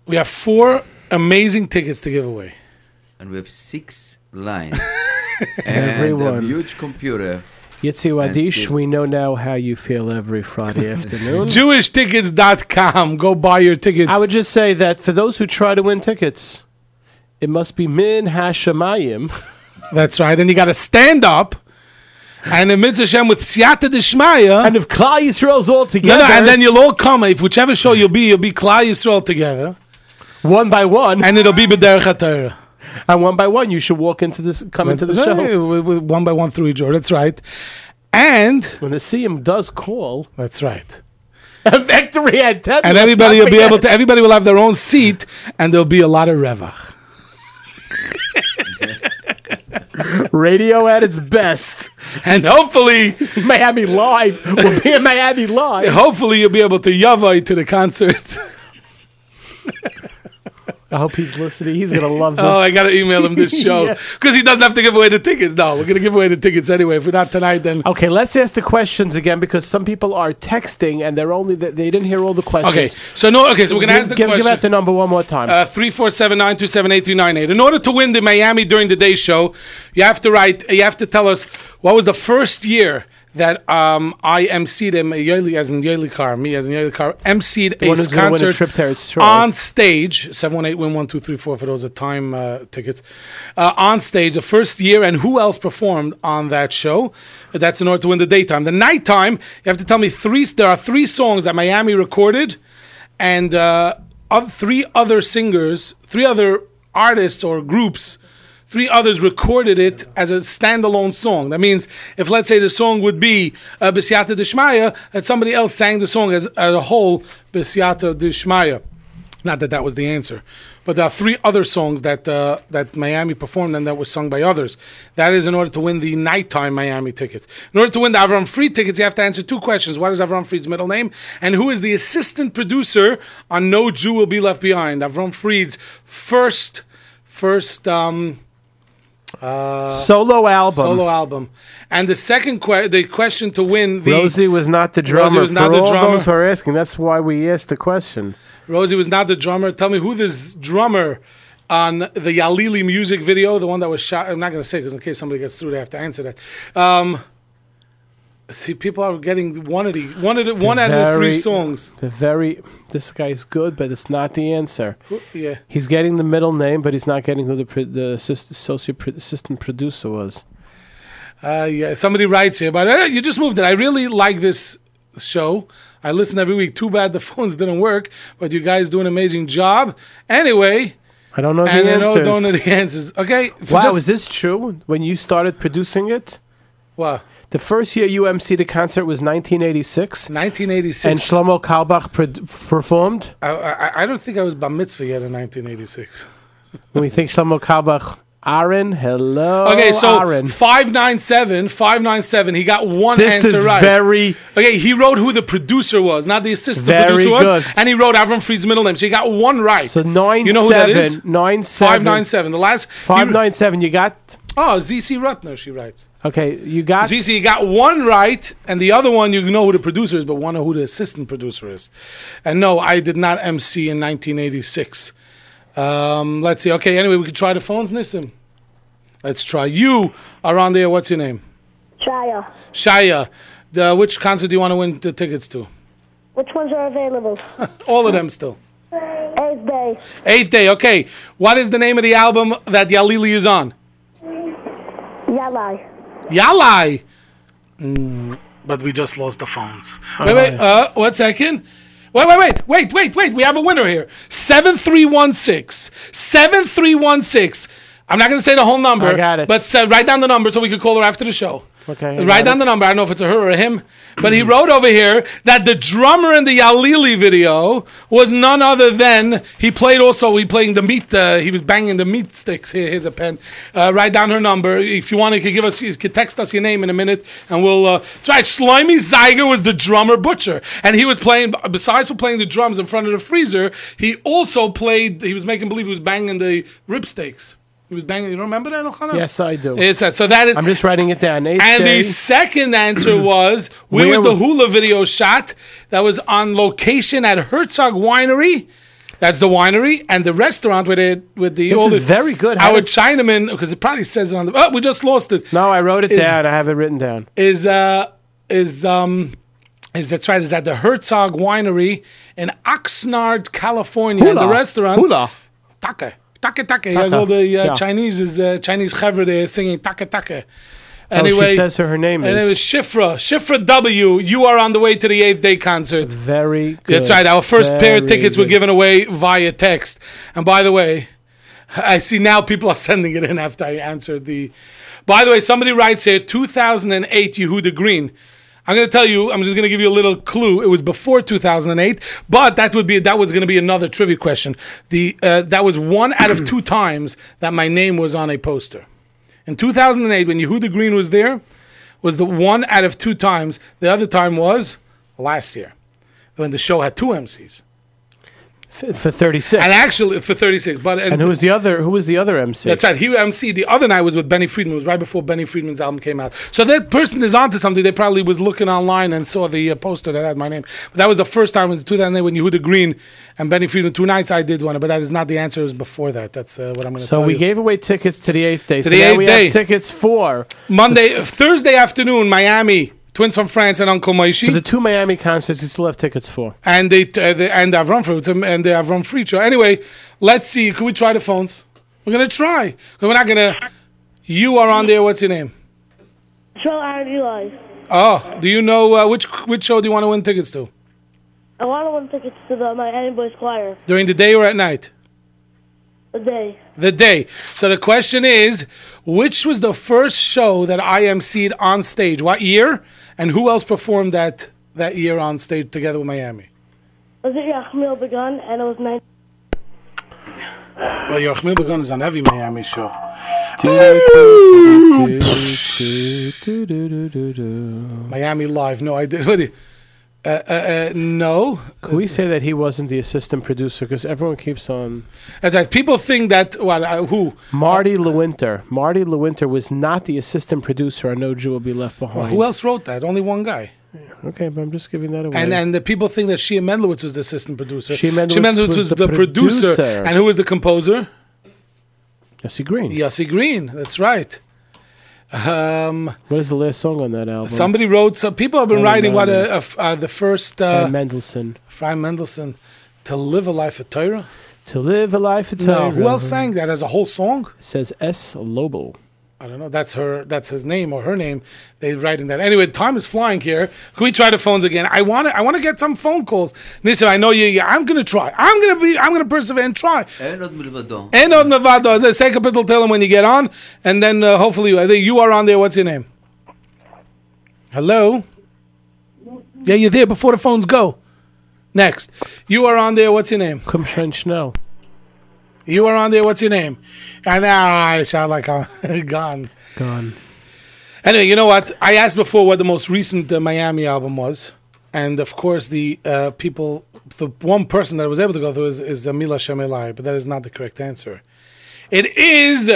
B: We have four amazing tickets to give away.
F: and we have six
B: <laughs>
F: lines.
E: Everyone.
F: And a huge computer.
E: Yitzi
F: And
E: Wadish,
F: Steve.
E: we know now how you feel every
B: <laughs>
E: Friday afternoon.
B: JewishTickets.com. Go buy your tickets.
E: I would just say that for those who try to win tickets, it must be min hashamayim.
B: <laughs> That's right. And you got to stand up. And in Mitzvah Hashem with Siyata Dishmaya. And
E: if Klal Yisrael's all
B: No, no,
E: together-
B: and then you'll all come. If whichever show you'll be, you'll be Klal Yisrael together.
E: One by one.
B: And it'll be B'derech HaTorah.
E: And one by one, you should walk into this, come into the show. <laughs>
B: One by one through each door. That's right. And
E: when the CM does call,
B: that's right.
E: Victory at Tempe.
B: And everybody will be able to. Everybody will have their own seat, and there'll be a lot of revach.
E: <laughs> Radio at its best.
B: And hopefully,
E: <laughs> Miami Live will be in Miami Live.
B: Hopefully, you'll be able to yavai to the concert. <laughs>
E: I hope he's listening. He's gonna <laughs> love this.
B: Oh, I gotta email him
E: <laughs>
B: <laughs> this show
E: Yeah.
B: because he doesn't have to give away the tickets. No, we're gonna give away the tickets anyway. If we're not tonight, then
E: Okay, let's ask the questions again because some people are texting and they're only they they didn't hear all the questions.
B: Okay, so no- okay, so we're gonna
E: Give-
B: ask the
E: give, Give
B: question.
E: out the number one more time.
B: Uh, 347-927-8398. In order to win the Miami During the Day show, you have to write. You have to tell us what was the first year that um, I emceed him, Yoeli, as in Yoeli Car, me as in Yoeli Car, emceed
E: The one
B: a
E: who's gonna win a
B: concert
E: trip to Eretz Yisrael.
B: on stage. Seven one eight win one two three four for those are time uh, tickets. Uh, on stage, the first year, and who else performed on that show? That's in order to win the daytime. The nighttime, you have to tell me three. There are three songs that Miami recorded and uh, oth- three other singers, three other artists or groups, three others recorded it as a standalone song. That means if, let's say, the song would be uh, Bisyata Dishmaya, and somebody else sang the song as, as a whole, Bisyata Dishmaya. Not that that was the answer, but there are three other songs that uh, that Miami performed and that were sung by others. That is in order to win the nighttime Miami tickets. In order to win the Avram Fried tickets, you have to answer two questions: What is Avram Fried's middle name, and who is the assistant producer on No Jew Will Be Left Behind? Avram Fried's first first um, uh,
E: Solo album.
B: Solo album. And the second que- the question to win the
E: Rosie was not the drummer.
B: Rosie was not
E: For
B: the
E: all
B: drummer.
E: those who are asking, that's why we asked the question.
B: Rosie was not the drummer. Tell me who this drummer on the Yalili music video, the one that was shot. I'm not going to say because in case somebody gets through, they have to answer that. Um, see, people are getting one of the one of the, one out of the three
E: very-
B: songs.
E: The very this guy's good, but it's not the answer.
B: Who- yeah.
E: He's getting the middle name, but he's not getting who the pro- the assist, associate pro- assistant producer was.
B: Uh, yeah, somebody writes here, but eh, you just moved it. I really like this show. I listen every week. Too bad the <laughs> phones didn't work, but you guys do an amazing job. Anyway,
E: I don't know the
B: and I know,
E: answers.
B: don't know the <laughs> answers. Okay, for
E: Wow,
B: just-
E: is this true? When you started producing it?
B: Wow.
E: The first year you emceed a concert was 1986.
B: 1986.
E: And Shlomo Kalbach pred- performed.
B: I, I, I don't think I was bar mitzvah yet in 1986.
E: When we think Shlomo Kalbach, Aaron, hello.
B: Okay,
E: Oh,
B: so
E: Aaron.
B: 597, 597, he got one
E: This
B: answer
E: is
B: right.
E: very-
B: Okay, he wrote who the producer was, not the assistant
E: Very
B: producer was,
E: good.
B: and he wrote Avram Fried's middle name. So he got one right. So
E: nine
B: You know who that is?
E: seven, nine seven.
B: 597. The last.
E: Five nine seven. You got
B: Oh, ZC Rutner, she writes.
E: okay. You got
B: ZC, you got one right, and the other one, you know who the producer is, but one who the assistant producer is. And no, I did not MC in 1986. Um, let's see. Okay, anyway, we could try the phones, Nissim. Let's try. You are on there. What's your name?
P: Shia,
B: Shaya. The, which concert do you want to win the tickets to?
P: which ones are <laughs> available?
B: All of them still.
P: Eighth day.
B: Eighth Day. Okay. What is the name of the album that Yalili is on?
P: Yalai.
B: Yalai. Mm, but we just lost the phones. Wait, wait, uh, one second. Wait, wait, wait, wait, wait, wait. We have a winner here. 7316. 7316. I'm not going to say the whole number.
E: I got it.
B: But uh, write down the number so we could call her after the show.
E: Okay. I got
B: Write down the number. I don't know if it's a her or him, but he wrote over here that the drummer in the Yalili video was none other than he played also he playing the meat. Uh, he was banging the meat sticks. Here, here's a pen. Uh, write down her number if you want. You could give us. You could text us your name in a minute, and we'll. Uh, that's right. Slimy Zeiger was the drummer butcher, and he was playing. Besides for playing the drums in front of the freezer, he also played. He was making believe he was banging the rib steaks. He was banging. You don't remember that, Elchanan?
E: Yes, I do.
B: It's that. So that is.
E: I'm just writing it down. Eighth
B: And
E: day.
B: the
E: <clears throat>
B: second answer was where,
E: Where
B: was the
E: w-
B: hula video shot that was on location at Herzog Winery? That's the winery and the restaurant with it with the.
E: This
B: all
E: is
B: the-
E: very good. How
B: Our
E: did-
B: Chinaman, because it probably says it on the. Oh, we just lost it.
E: No, I wrote it
B: Is-
E: down. I have it written down.
B: Is uh is um is that's right? Is at the Herzog Winery in Oxnard, California? and The
E: Hula.
B: restaurant
E: Hula.
B: Taka. Taka Taka. He has
E: Taka.
B: all the uh,
E: Yeah.
B: Chinese is uh, Chinese chevra there singing Taka Taka.
E: Oh, she says her- her name
B: and
E: is-
B: it was Shifra. Shifra W. You are on the way to the eighth day concert.
E: Very good.
B: That's right. Our first pair of
E: Very
B: tickets were
E: good.
B: given away via text. And by the way, I see now people are <laughs> sending it in after I answered the. By the way, somebody writes here 2008 Yehuda Green. I'm going to tell you. I'm just going to give you a little clue. It was before 2008, but that would be that was going to be another trivia question. The uh, that was one out of two <clears throat> times that my name was on a poster. In 2008, when Yehuda Green was there, was the one out of two times. The other time was last year when the show had two MCs.
E: F- for 36.
B: And actually, uh, for 36. But
E: And who was the other? Who was the other MC?
B: That's right. He MC the other night was with Benny Friedman. It was right before Benny Friedman's album came out. So that person is onto something. They probably was looking online and saw the uh, poster that had my name. But that was the first time it was 2008 when Yehuda Green and Benny Friedman two nights I did one. But that is not the answer. It was before that. That's uh, what I'm going to
E: So
B: tell
E: we
B: you.
E: gave away tickets to the eighth day.
B: To
E: so
B: the
E: now
B: eighth
E: we
B: day.
E: have tickets for
B: Monday, Thursday afternoon, Miami. Twins from France and Uncle Maishi.
E: So the two Miami concerts you still have tickets for.
B: and they uh, they and they have run for it, um, and they have run free show. Anyway, let's see. Can we try the phones? We're gonna try. We're not gonna. You are on there. What's your name?
P: So I realize.
B: Oh, do you know uh, which which show do you want to win tickets to?
P: I want to win tickets to the Miami Boys Choir
B: During the day or at night?
P: today.
B: The day. So the question is, which was the first show that I emceed on stage? What year? And who else performed that that year on stage together with Miami?
P: Was it Yachmiel Begun? And it was 19.
S: Well, Yochmil Begun is on every Miami show. Miami Live. No, I
B: <laughs>
S: did. What do you- uh, uh, uh, no.
E: Can we say that he wasn't the assistant producer? Because everyone keeps on.
B: As I, people think that well, uh, who
E: Marty Lewinter. Marty Lewinter was not the assistant producer on No Jew Will Be Left Behind.
B: who else wrote that? Only one guy.
E: Okay, but I'm just giving that away.
B: And and the people think that Shia Mendelowitz was the assistant producer.
E: Shia Mendelowitz was
B: was
E: the
B: the, producer.
E: producer.
B: and who was the composer?
E: Yossi Green.
B: Yossi Green. That's right. Um,
E: what is the last song on that album?
B: Somebody wrote. So people have been
E: I don't
B: writing
E: know
B: what
E: that.
B: a, a f- uh, the first
E: By
B: uh,
E: Mendelssohn.
B: Fry Mendelson to live a life of Torah.
E: To live a life of
B: No, who
E: Torah.
B: else sang that as a whole song?
E: Says S. Lobel.
B: I don't know. That's her. That's his name or her name. They write in that. Anyway, time is flying here. Can we try the phones again? I want to. I want to get some phone calls. Listen, I know you. you- I'm gonna try. I'm gonna be. I'm gonna persevere and try.
F: אין עוד מלבדו.
B: And on Nevada, say say capital. Tell them when you get on, and then uh, hopefully I think you are on there. What's your name? Hello. Yeah, you're there before the phones go. Next, you are on there. What's your name?
E: Kumshan Schnell.
B: You are on there. What's your name? And now I sound like I'm <laughs> gone.
E: Gone.
B: Anyway, you know what? I asked before what the most recent uh, Miami album was, and of course, the uh, people, the one person that I was able to go through is, is uh, Mila Shemelai, but that is not the correct answer. It is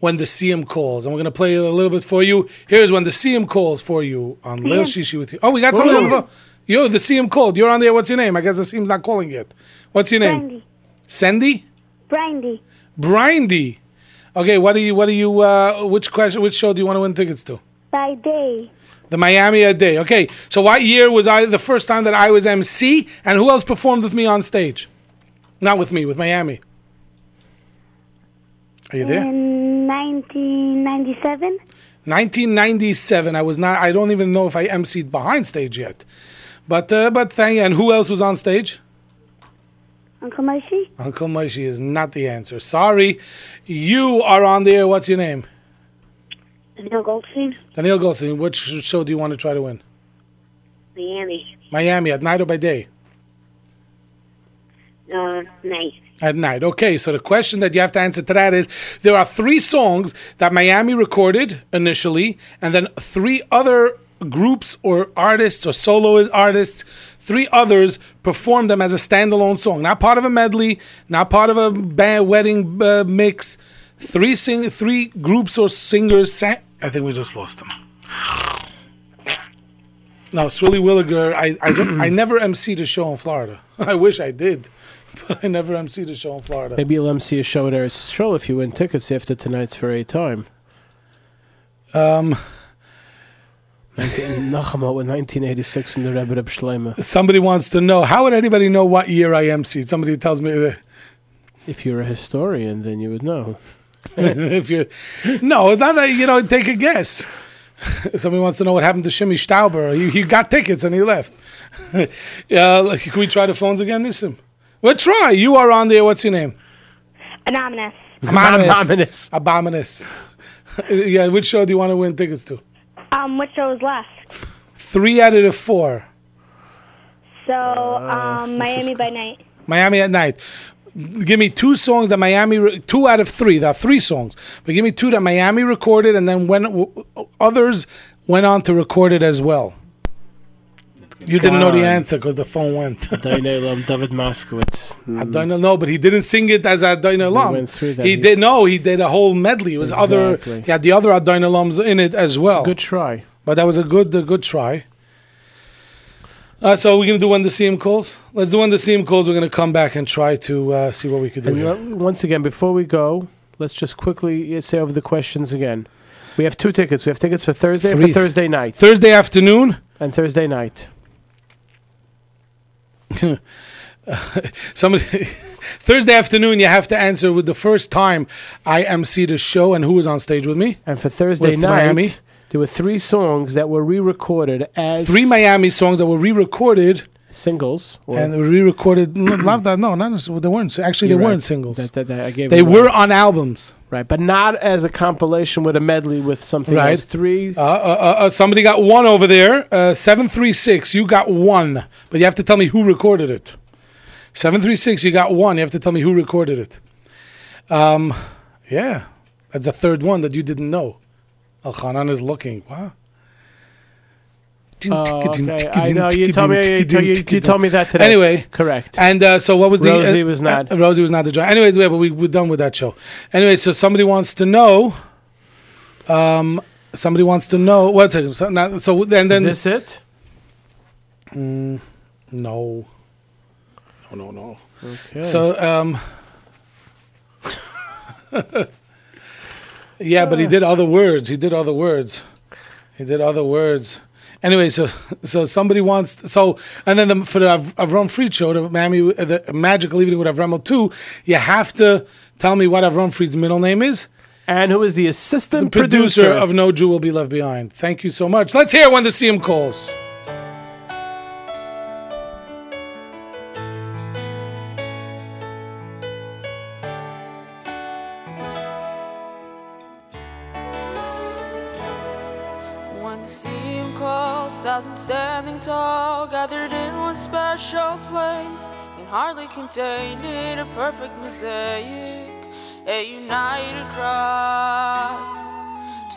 B: when the CM calls, and we're going to play a little bit for you. Here's when the CM calls for you on Lil
E: CM.
B: Shishi with you. Oh, we got somebody on the phone. Yo, the CM called. You're on there. What's your name? I guess the CM's not calling yet. What's your name? Sandy.
P: Brandy.
B: Brindy. Okay, what do you? What do you? Uh, which question? Which show do you want to win tickets to?
P: By day.
B: The Miami a day. Okay. So what year was I the first time that I was MC and who else performed with me on stage? Not with me, with Miami. Are you there?
P: In 1997.
B: 1997. I was not I don't even know if I MC'd behind stage yet. But uh, but thank you. And who else was on stage?
P: Uncle Moshe.
B: Uncle Moshe is not the answer. Sorry. You are on there. What's your name?
P: Neil Goldstein.
B: Daniel Goldstein. Which show do you want to try to win?
P: Miami.
B: Miami at night or by day?
P: Uh, night.
B: At night. Okay, so the question that you have to answer to that is there are three songs that Miami recorded initially, and then three other groups or artists or solo artists, three others performed them as a standalone song. Not part of a medley, not part of a ba- wedding uh, mix. Three sing, three groups or singers sang. I think we just lost them. No, Swilly Williger. I I, don't, I never emceed a show in Florida. <laughs> I wish I did, <laughs> but I never emceed a show in Florida.
E: Maybe you'll MC a show at Eretz Yisrael if you win tickets after tonight's for a time.
B: Um.
E: <laughs> 19, Nachama with 1986 in the Rebbe Reb Shlomo.
B: Somebody wants to know how would anybody know what year I emceed? Somebody tells me uh,
E: If you're a historian, then you would know.
B: <laughs> if you. No, it's not that you know. Take a guess. <laughs> Somebody wants to know what happened to Shimmy Stauber. He, he got tickets and he left. <laughs> uh, can we try the phones again, Nissim? Well, try. You are on there. What's
E: <laughs>
B: your name?
P: Anonymous.
B: Abominus. Abominus. <laughs> yeah, which show do you want to win tickets to?
P: Um, what show is left?
B: Three out of the four.
P: So,
B: Ah,
P: um, Miami by night.
B: Miami at night. Give me two songs that Miami, re- two out of three. There are three songs, but give me two that Miami recorded, and then when w- others went on to record it as well. You didn't know the
E: God.
B: answer because the phone
E: <laughs>
B: went.
E: Adonai Elam, David Moskowitz.
B: I don't know, but he didn't sing it as Adonai Lam.
E: went through that.
B: He
E: He's-
B: did no, he did a whole medley. It was other,
E: Exactly.
B: he had the other Adonai Lams in it as well.
E: good try,
B: but that was a good, a good try. Uh, so we're gonna do when the CM calls. Let's do when the CM calls. We're gonna come back and try to uh, see what we could do.
E: And
B: here.
E: let- once again, before we go, let's just quickly uh, say over the questions again. We have two tickets. We have tickets for Thursday and
B: Three.
E: for Thursday night.
B: Thursday afternoon
E: and Thursday night.
B: <laughs> Somebody <laughs> Thursday afternoon, you have to answer with the first time I emceed a show and who was on stage with me.
E: And for Thursday
B: With
E: night,
B: Miami.
E: there were three songs that were re-recorded as
B: Three Miami songs that were re-recorded
E: singles, or-
B: and re-recorded. <clears throat> no, not that, no, not as- they weren't. Actually, they
E: You're right.
B: weren't singles.
E: That, that, that I gave
B: They
E: it away.
B: were on albums,
E: right? But not as a compilation with a medley with something
B: right?
E: else. Three.
B: Uh, uh, uh, uh, somebody got one over there. Uh, Seven three six. You got one, but you have to tell me who recorded it. 736, you got one. You have to tell me who recorded it. Um, yeah, that's the third one that you didn't know. Al Khanan is looking. Wow.
E: Oh, okay. I know. You told me. You, told- you, you told me that today.
B: Anyway,
E: correct.
B: And uh, so, what was the
E: Rosie
B: uh,
E: was not.
B: uh, Rosie was not the driver. Anyways, yeah, but we we're done with that show. Anyway, so somebody wants to know. Um, somebody wants to know. Wait a second. So, not, so and then
A: Is this it?
B: Mm, no. Oh, No, no, no.
A: Okay.
B: So, um, <laughs> yeah, but he did other words. He did other words. He did other words. Anyway, so so somebody wants so, and then the, for the Av- Avram Fried show, the Miami, the magical evening with Avram two, you have to tell me what Avram Fried's middle name is,
A: and who is the assistant
B: producer,
A: producer.
B: of No Jew Will Be Left Behind. Thank you so much. Let's hear when the CM calls.
T: When the scene calls, thousands standing tall, gathered in one special place, can hardly contain it, a perfect mosaic, a united cry.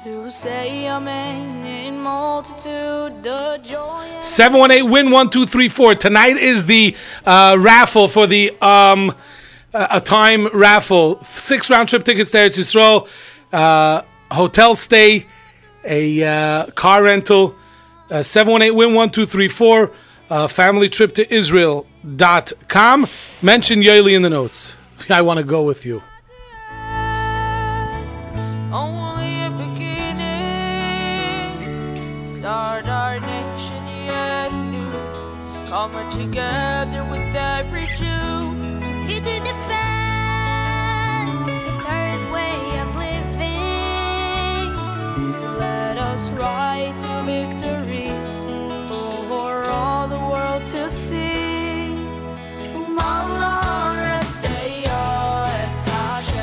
T: To say amen in multitude, the joy.
B: 718 win 1234. Tonight is the uh, raffle for the um, a a time raffle. Six round trip tickets to Eretz Yisrael, uh, hotel stay, a uh, car rental. Uh, 718 win 1234. Uh, family trip to Israel.com. Mention Yaeli in the notes. <laughs> I want to go with you.
T: only a beginning. Start our nation yet new. Come together with every Jew.
U: Here to defend the Torah's way of living.
T: Let us ride to victory for all the world to see. Malores Deus Hashem.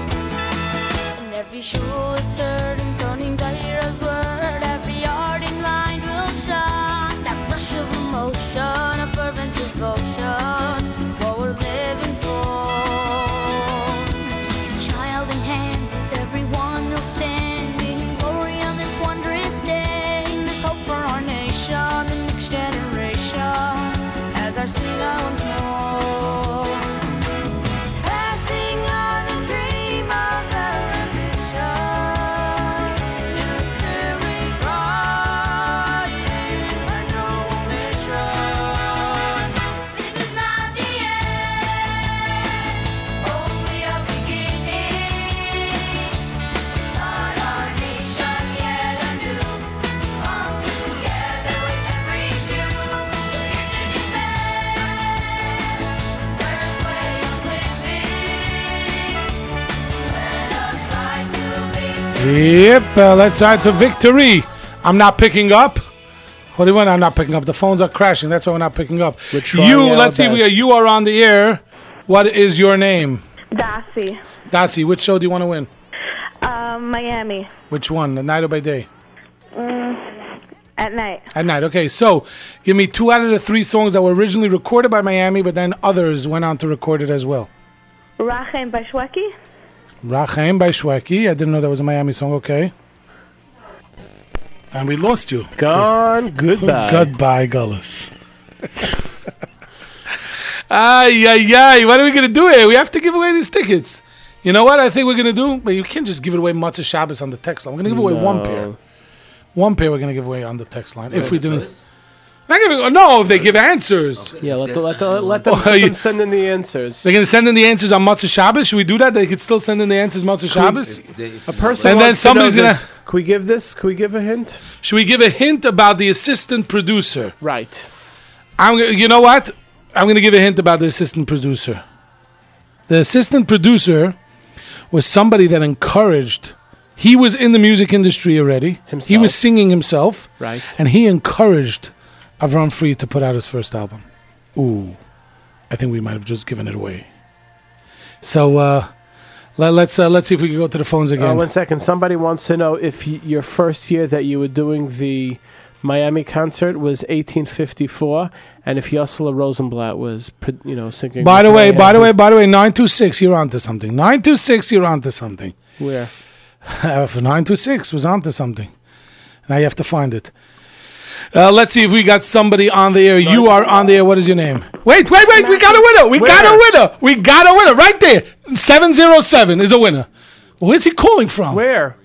T: And every shul it's heard and turning Torah's word. Every heart and mind will shine. That rush of emotion, a fervent devotion. What we're living for.
U: Child in hand, with everyone will stand in glory on this wondrous day.
T: There's hope for our nation, the next generation, as our Sina once more. Passing on the dream of our vision, it is still in writing, our noble mission. This is not the end, only a beginning. Start our nation yet anew. Come together with every Jew. We're here to defend the Torah's way of living. Let us rise to victory.
B: Yep, uh, let's ride to victory. I'm not picking up. What do you mean I'm not picking up? The phones are crashing. That's why we're not picking up.
V: trying
B: You,
V: our
B: let's see. We are,
V: best.
B: you are on the air. What is your name?
P: Darcy,
B: Dasi, which show do you want to win?
P: um, Miami,
B: Which one? The night or by day?
P: mm, at night.
B: At night. Okay, so give me two out of the three songs that were originally recorded by Miami, but then others went on to record it as well.
P: Rachem by Shweki,
B: Rachaim by Shweki. I didn't know that was a Miami song. Okay. And we lost you.
A: Gone. Goodbye.
B: <laughs> Goodbye, Gullis. Ay, ay, ay. What are we going to do here? We have to give away these tickets. You know what I think we're going to do? But you can't just give it away Matzah Shabbos on the text line. We're going to give away one pair. One pair we're going to give away on the text line. If we didn't. Not giving, no, if they give answers.
E: <laughs> Yeah, let, the, let, the,
B: <laughs>
E: let them,
B: Oh,
E: let
B: you-
E: them send in the answers.
B: They're going to send in the answers on Matzah Shabbos. Should we do that? They could still send in the answers Matzah Shabbos?
E: A person
B: And then
E: wants to know
B: somebody's going
E: this.
B: to.
E: Can we give this? Can we give a hint?
B: Should we give a hint about the assistant producer?
E: Right.
B: I'm. gonna- You know what? I'm going to give a hint about the assistant producer. The assistant producer was somebody that encouraged. He was in the music industry already. Himself. He was singing himself,
E: Right.
B: and he encouraged Avram Fried to put out his first album. Ooh, I think we might have just given it away. So uh, Let, let's uh, let's see if we can go to the phones
E: Uh,
B: again.
E: one second. Somebody wants to know if y- your first year that you were doing the Miami concert was 1854, and if Yossela Rosenblatt was, pr- you know, singing.
B: by the
E: with
B: way,
E: Diane
B: by the way,
E: Keaton.
B: by the way, nine two six, you're onto something. Nine two six, you're onto something.
E: Where?
B: <laughs> For nine two six was onto something. Now you have to find it. Uh, let's see if we got somebody on the air. You are on the air. What is your name? Wait, wait, wait. We got a winner. We got a winner. We got a winner right there. 707 is a winner. Where's he calling from?
E: Where?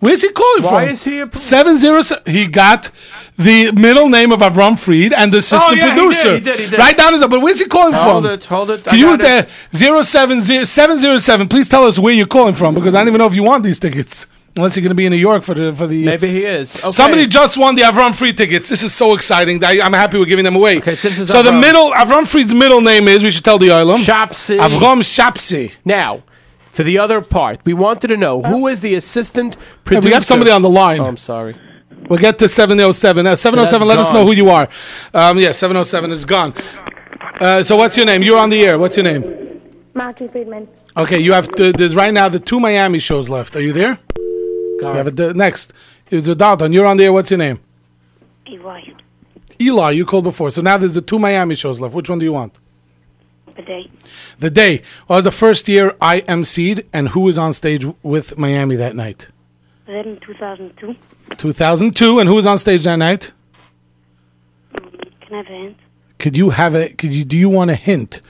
B: Where's he calling
E: Why
B: from?
E: is he a-
B: 707. He got the middle name of Avram Fried and the assistant
E: Oh, yeah, he did,
B: producer.
E: he did, he did.
B: Right down his. But where's he calling
G: Hold
B: from?
G: it, hold it.
B: Can
G: I
B: you
G: got it.
B: uh, 070 707, please tell us where you're calling from because I don't even know if you want these tickets. Unless you're going to be in New York for the for the
E: Maybe he is. Okay.
B: Somebody just won the Avram Free tickets. This is so exciting. I, I'm happy we're giving them away. Okay,
E: is
B: so the
E: Avram.
B: middle Avram Freed's middle name is we should tell the Oilam.
E: Shapsi.
B: Avram Shapsi.
E: Now, for the other part, we wanted to know who is the assistant
B: Hey,
E: producer.
B: we have somebody on the line.
E: Oh, I'm sorry.
B: We'll get to 707. Uh, 707,
E: So
B: let
E: that's
B: us
E: gone.
B: know who you are. Um, yeah, 707 is gone. Uh, so what's your name? You're on the air. What's your name?
P: Martin Friedman.
B: Okay, you have to, there's right now the two Miami shows left. Are you there? You have a d- next. It's a Dalton. You're on the air. What's your name?
P: EY.
B: Eli, you called before. So now there's the two Miami shows left. Which one do you want?
P: The day.
B: The day. Well, the first year I emceed, and who was on stage w- with Miami that night?
P: Then 2002.
B: 2002, and who was on stage that night?
P: Can I have a hint?
B: Could you have a? Could you? Do you want a hint?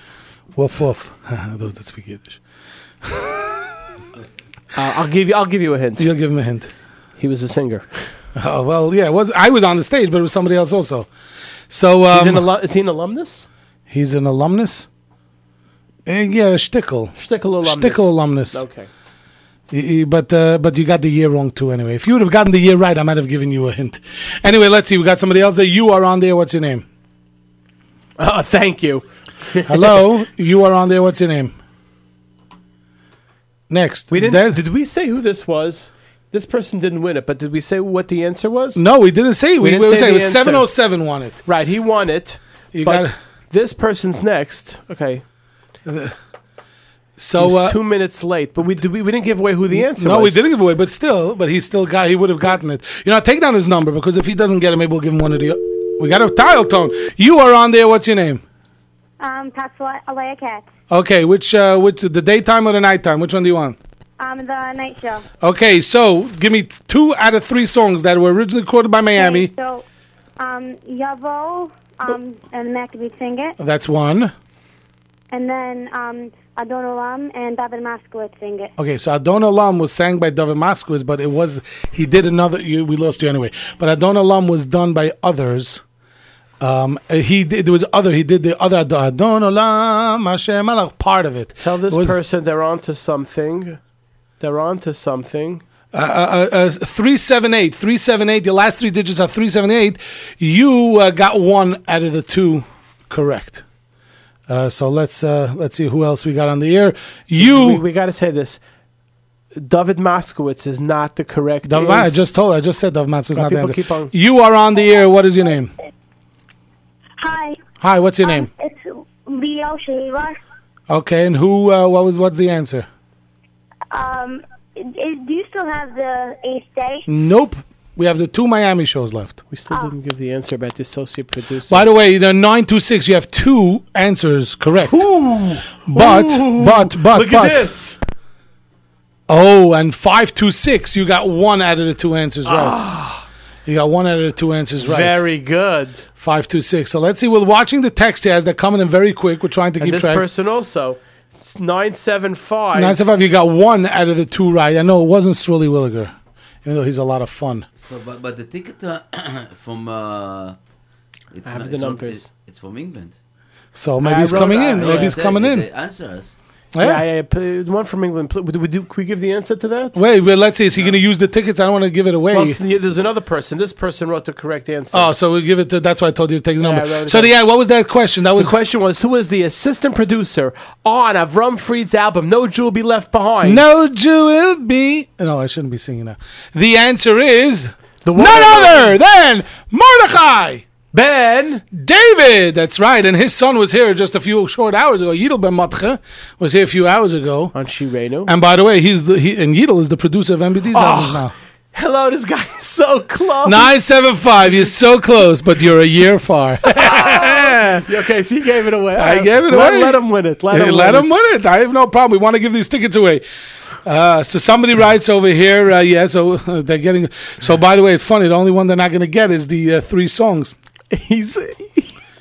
B: Woof woof. <laughs> Those that
E: <laughs>
B: speak Yiddish.
E: Uh, I'll give you. I'll give you a hint.
B: You'll give him a hint.
E: He was a singer.
B: Oh well, yeah. It was I was on the stage, but it was somebody else also. So um,
E: He's an alu- is he an alumnus?
B: He's an alumnus. Eh, yeah, Stickel.
E: Stickle alumnus.
B: Stickel alumnus.
E: Okay.
B: Y- y- But uh, but you got the year wrong too. Anyway, if you would have gotten the year right, I might have given you a hint. Anyway, let's see. We got somebody else there. You are on there. What's your name?
E: Uh, thank you.
B: <laughs>
E: <laughs>
B: Hello, you are on there. What's your name? Next,
E: We
B: Is
E: didn't. Did we say who this was? This person didn't win it, but did we say what the answer was?
B: No, we didn't say. We,
E: didn't
B: we say it
E: the
B: was
E: answer.
B: seven oh seven won it.
E: Right, he won it.
B: You
E: but
B: got-
E: this person's next. Okay.
B: So,
E: He was
B: uh,
E: two minutes late, but we did we, we didn't give away who the answer
B: no,
E: was.
B: we didn't give away, but still, but he still got. He would have gotten it. You know, take down his number because if he doesn't get it, maybe we'll give him one of the. o- We got a dial tone. You are on there. What's your name?
P: Um, Tatsua Alea Cat.
B: Okay, which uh, which the daytime or the nighttime? Which one do you want?
P: Um, the night show.
B: Okay, so give me two out of three songs that were originally recorded by Miami.
P: So, um, Yavo, um, and Maccabee sing it.
B: That's one.
P: And then, um, Adon Olam and David Moskowitz sing it.
B: Okay, so Adon Olam was sang by David Moskowitz, but it was he did another. You, we lost you anyway. But Adon Olam was done by others. Um, uh, he did, there was other. He did the other Adon Adon Olam Hashem Malach part of it.
E: Tell this
B: It was,
E: person they're onto something. They're onto something.
B: uh, uh, uh, uh, three seven eight three seven eight. The last three digits are three seven eight. You uh, got one out of the two correct. Uh, so let's uh, let's see who else we got on the air. You
E: We, we got to say this. David Moskowitz is not the correct.
B: Dav- I
E: answer.
B: just told. I just said Dav Matz was
E: Now
B: not the
E: people
B: answer.
E: keep on-
B: You are on the air. What is your name?
P: Hi,
B: Hi. What's your name?
P: it's Leo Shaver.
B: Okay. And who? Uh, what was? What's the answer?
P: Um, do you still have the eighth day?
B: Nope. We have the two Miami shows left.
E: We still didn't give the answer about the associate producer.
B: By the way, the nine two six. You have two answers correct.
E: Ooh.
B: But
E: Ooh.
B: but but
E: Look
B: but.
E: at this.
B: Oh, and five two six. You got one out of the two answers right. You got one out of the two answers right.
E: Ah. Very good.
B: Five two six. So let's see. We're watching the text here as they're coming in very quick. We're trying to
E: And
B: keep
E: this
B: track.
E: person also. It's 975.
B: Nine seven five. You got one out of the two right. I know it wasn't Strilly Williger, even though he's a lot of fun.
F: So, but, but the ticket uh, <clears throat> from. Uh, it's
E: I have
F: not-
E: the
F: it's not-
E: numbers.
F: it- it's from England.
B: So maybe he's
E: wrote-
B: coming
E: I
B: in.
E: wrote
B: Maybe he's
F: They-
B: coming
F: they-
B: in.
F: They answer us.
E: Yeah,
B: oh, Yeah.
E: yeah, yeah, pl- the one from England. Pl- Would, would you, could we give the answer to that?
B: Wait, but let's see. Is he going to use the tickets? I don't want to give it away.
E: Well, s- yeah, there's another person. This person wrote the correct answer.
B: oh, so we give it to. That's why I told you to take the
E: I wrote
B: number.
E: it
B: So
E: down.
B: yeah, what was that question? That
E: the
B: was
E: question was Who is the assistant producer on Avram Fried's album, No Jew Will Be Left Behind?
B: no Jew will be. No, I shouldn't be singing that. The answer is
E: The
B: none
E: woman-
B: other than Mordechai. Ben David. That's right. And his son was here just a few short hours ago. Yidel Ben Matche was here a few hours ago
E: on Shireno.
B: And by the way, he's the, he, and Yidel is the producer of MBD's albums now.
E: Hello, this guy is so close.
B: Nine seven five. You're so close, but you're a year far.
E: okay, so he gave it away.
B: I gave it
E: Let-
B: away.
E: Let him win it. Let
B: Hey,
E: him
B: let
E: win
B: him win it. I have no problem. We want to give these tickets away. Uh, so somebody writes over here. Uh, yeah, so uh, they're getting. So by the way, it's funny. The only one they're not going to get is the uh, three songs.
E: <laughs> He's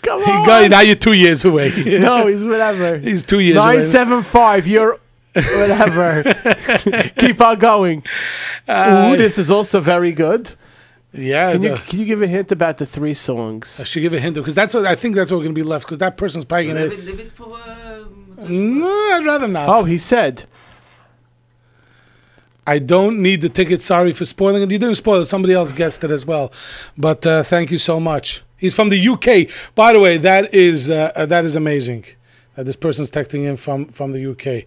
E: come
B: on. Got, now you're two years away.
E: <laughs>
B: <laughs>
E: No, he's whatever.
B: He's two years away.
E: Nine seven five. You're
B: <laughs>
E: whatever. Keep on going.
B: Uh,
E: Ooh, this is also very good.
B: Yeah.
E: Can you
B: the-
E: can you give a hint about the three songs?
B: I should give a hint because that's what I think that's what we're going to be left because that person's probably going to.
F: Leave it for. Uh,
B: No, Mm, I'd rather not.
E: Oh, he said.
B: I don't need the ticket. Sorry for spoiling it. You didn't spoil it. Somebody else guessed it as well. But uh, thank you so much. He's from the UK. By the way, that is uh, uh, that is amazing. Uh, this person's texting in from from the UK.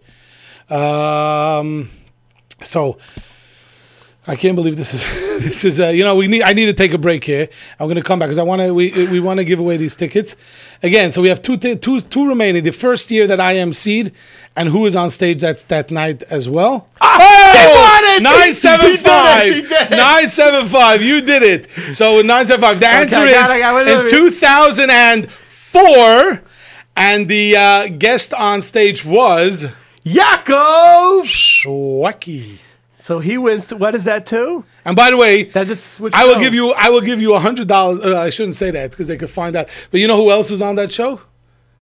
B: Um, so I can't believe this is <laughs> this is uh, you know we need I need to take a break here. I'm going to come back because I want to we we want to give away these tickets again. So we have two ti- two two remaining. The first year that I am seed and who is on stage that that night as well.
N: Ah, Oh!
B: Nine seven five.
N: He did it!
B: Nine seven five. You did it. So with nine seven five, the answer
N: I got it, I got it,
B: is
N: I got
B: in
N: it.
B: two thousand and four, and the uh, guest on stage was
E: Yaakov
B: Shweki.
E: So he wins. What is that too?
B: And by the way,
E: that's which
B: I will
E: show?
B: give you. I will give you a hundred dollars. Uh, I shouldn't say that because they could find out. But you know who else was on that show?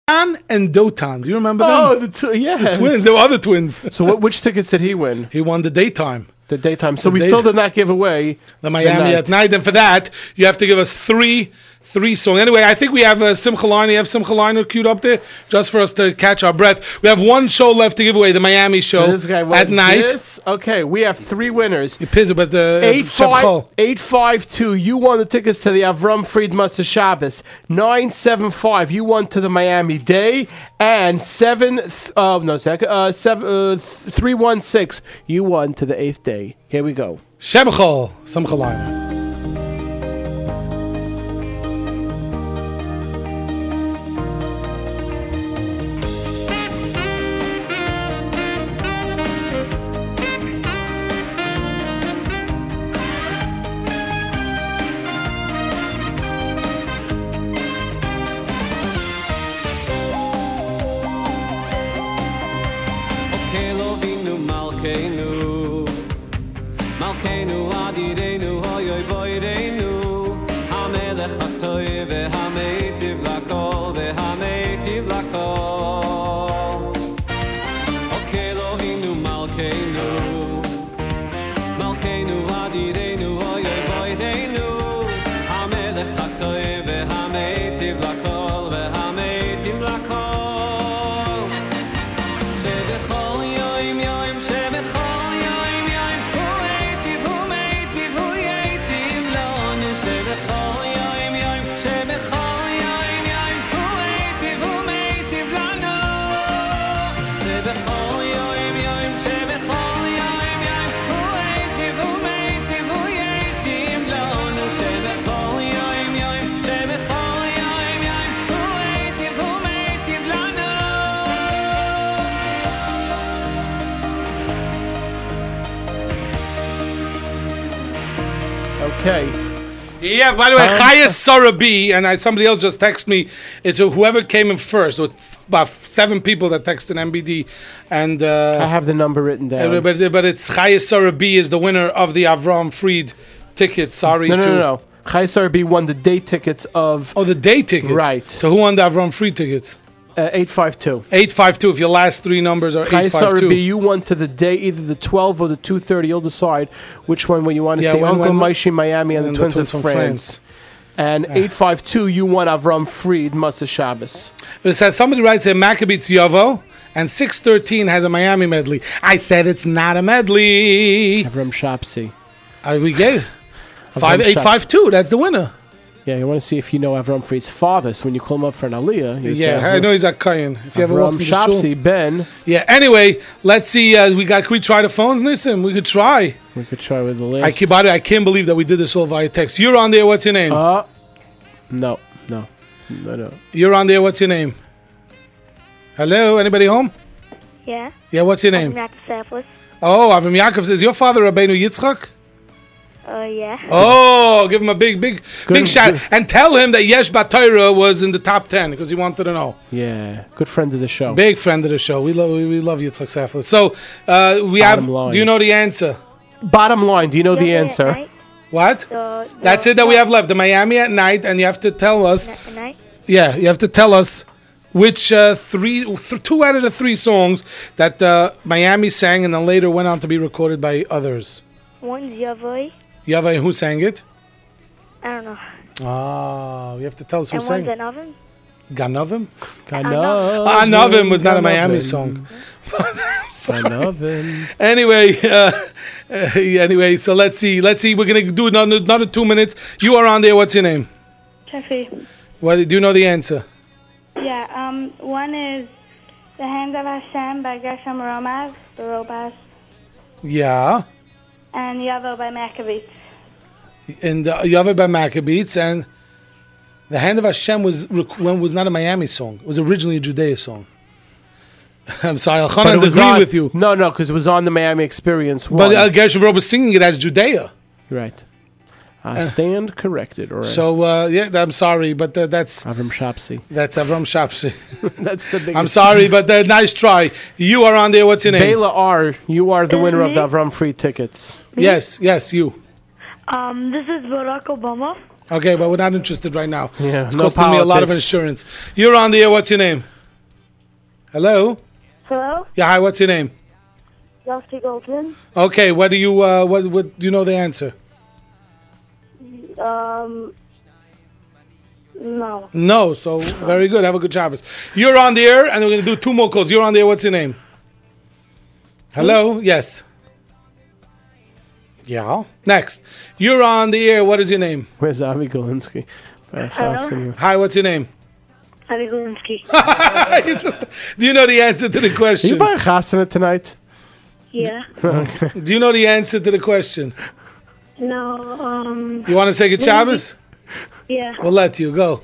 B: Don and Dotan. Do you remember
E: Oh, the
B: them?
E: two, yeah,
B: The twins. There were other twins.
E: So, what, which tickets did he win?
B: He won the daytime.
E: The daytime. So
B: The
E: we
B: day-
E: still did not give away
B: the Miami at night. And for that, you have to give us three three songs. Anyway, I think we have uh, Simcha Line. You have Simcha Line queued up there just for us to catch our breath. We have one show left to give away, the Miami show
E: So this guy won
B: at night.
E: this. Okay, we have three winners. You
B: piss but the uh,
E: eight five
B: Shepchol.
E: eight five two. You won the tickets to the Avram Fried Master Shabbos. Nine seven five. You won to the Miami Day and seven. Th- oh no, second. Uh, seven uh, th- three one six. You won to the eighth day. Here we go.
B: Shebchol, Simcha Line.
N: Eloheinu Malkeinu Malkeinu Adireinu Hoy Hoy Boireinu Hamelech Hatoy Vehameitiv Lakol Vehameitiv Lakol Ok Eloheinu Malkeinu Malkeinu Adireinu Hoy Hoy Boireinu Hamelech Hatoy Vehameitiv Lakol Vehameitiv Lakol שבכל יום יום, שבכל יום יום, הוא היטיב, הוא מיטיב, הוא ייטיב לנו. שבכל יום יום, שבכל יום יום, הוא היטיב, הוא מיטיב לנו. שבכל יום יום, שבכל יום יום, הוא היטיב, הוא מיטיב, הוא ייטיב לנו. שבכל יום יום, שבכל יום יום, הוא היטיב, הוא מיטיב לנו.
E: Okay.
B: Yeah, by the way,
E: Um,
B: Chaya Sora B, and I, somebody else just texted me. It's uh, whoever came in first, with about seven people that texted MBD. And uh,
E: I have the number written down.
B: Uh, But, but it's Chaya Sora B is the winner of the Avram Fried ticket. Sorry,
E: no,
B: to,
E: no, no, no. Chaisar B won the day tickets of.
B: Oh, the day tickets.
E: Right.
B: So who won the Avram Fried tickets?
E: Uh, 852.
B: 852, if your last three numbers are
E: Chaisar
B: 852.
E: B, you won to the day, either the 12 or the 230. You'll decide which one when you want to
B: Yeah,
E: see
B: when-
E: Uncle
B: when-
E: Maishi Miami and,
B: and
E: the
B: the
E: Twins,
B: Twins
E: of
B: from Ah.
E: France. And 852, you won Avram Fried, Masa Shabbos.
B: But it says somebody writes here Maccabees Yovo, and 613 has a Miami medley. I said it's not a medley.
E: Avram Shapsi.
B: Uh, we gave.
E: Avram Shapsi.
B: 5852, that's the winner.
E: Yeah, you want to see if you know Avram Fried's father. So when you call him up for an Aliyah, you
B: Yeah,
E: say,
B: I
E: Avram-
B: know he's a Kayan. If you ever
E: Avram
B: watch the show.
E: Shapsi, Ben.
B: Yeah, anyway, let's see. Uh, we got, can we try the phones, Nissim? We could try.
E: We could try with the
B: I
E: list.
B: can't, by the way, I can't believe that we did this all via text. You're on there. What's your name?
E: Uh, No, no, no, no.
B: You're on there. What's your name? Hello, anybody home?
P: Yeah.
B: Yeah, what's your name?
P: I'm Matt Samples.
B: Oh, Avram Yaakov says, your father, Rabbeinu Yitzchak?
P: Oh, yeah.
B: Oh, give him a big, big, big
E: Good-
B: shout.
E: good.
B: And tell him that Yesh Batayra was in the top 10 because he wanted to know.
E: Yeah, good friend of the show.
B: Big friend of the show. We, lo- we, we love Yitzchak Safla. So, uh, we have,
E: Bottom line.
B: do you know the answer?
E: Bottom line, do you know the answer?
B: What? That's it that we have left. The Miami at night, and you have to tell us.
P: At night?
B: Yeah, you have to tell us which uh, three, th- two out of the three songs that uh, Miami sang and then later went on to be recorded by others.
P: One's your boy.
B: Yavai, who sang it?
P: I don't know.
B: Ah, you have to tell us who
P: and
B: sang
P: one's
B: it.
P: an oven.
B: Ganovim?
P: Ganovim.
B: Ah, Ganovim was not a Miami
E: Ganovim.
B: song. Sorry.
E: <laughs> Ganovim.
B: Anyway, uh, <laughs> uh, anyway, so let's see. Let's see. We're going to do another, another two minutes. You are on there. What's your name?
P: Jeffy.
B: What, do you know the answer?
P: Yeah, um, one is The Hand of Hashem by Gershom Romaz, the Robas,
B: Yeah.
P: and Yavo by Maccabees.
B: And uh, Yahweh by Maccabees. And The Hand of Hashem was rec- when was not a Miami song. It was originally a Judea song. <laughs> I'm sorry.
E: But it
B: Al-Khanan's
E: was
B: agree
E: on-
B: with you.
E: No, no, because it was on the Miami Experience. One.
B: But uh, Gershom Rob was singing it as Judea.
E: right. I
B: Uh,
E: stand corrected. All right.
B: So, uh, yeah, I'm sorry, but uh, that's...
E: Avram Shapsi.
B: That's Avram Shapsi.
E: <laughs>
B: <laughs>
E: That's the biggest.
B: I'm sorry, but uh, nice try. You are on there. What's your name?
E: Bela R, you are the
P: Is it
E: winner of
P: me?
E: the Avram free tickets.
B: Yes, yes, you.
P: Um, this is Barack Obama.
B: Okay, but we're not interested right now.
E: Yeah,
B: it's
E: no
B: costing me a lot of
E: politics.
B: insurance. You're on the air. What's your name? Hello.
P: Hello?
B: Yeah, hi. What's your name?
P: Dusty Goldman.
B: Okay, what do you uh, what what do you know the answer?
P: Um, no.
B: No. So very good. Have a good Shabbos. You're on the air, and we're gonna do two more calls. You're on the air. What's your name? Hello.
E: Mm-hmm.
B: Yes. Yeah. Next. You're on the air. What is your name?
E: Where's Avi Galinsky? Hello?
B: Hi. What's your name?
E: <laughs>
P: Abby Galinsky.
B: You just- do you know the answer to the
E: Are you
B: question?
E: buying chasana tonight?
P: <laughs> yeah.
B: <laughs> Do you know the answer to the question?
P: No, um.
B: You want to say good Shabbos?
P: Yeah.
B: We'll let you go.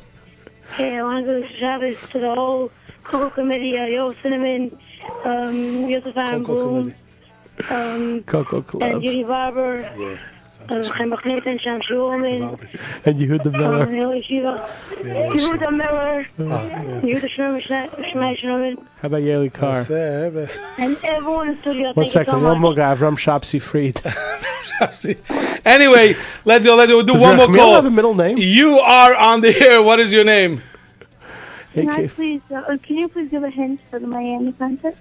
P: Hey, I want to go to Shabbos to the whole Coco Committee, uh, Yo Cinnamon, um, Yosef Aaron Bloom, um,
E: Coco
P: and
E: Club.
P: Judy Barber, um, Chaim Bachnet and Sham Shulman,
E: And you heard the
P: um,
E: bell.
P: Neil Yeshiva,
E: Yeah,
P: Yehuda Miller,
B: Ah,
E: yeah.
P: Yehuda Shneman, Shneman Shneman,
E: How about Yaeli Carr?
P: and everyone in the studio.
E: One
P: Thank you so
E: second,
P: much.
E: one more guy, Avram Shapsi freed.
B: <laughs> Anyway, let's go. Let's go. We'll do
E: Does
B: one more
E: Rachmiel
B: call.
E: have a middle name?
B: You are on the air. What is your name?
W: Can I please? Uh, can you please give a hint for the Miami concert?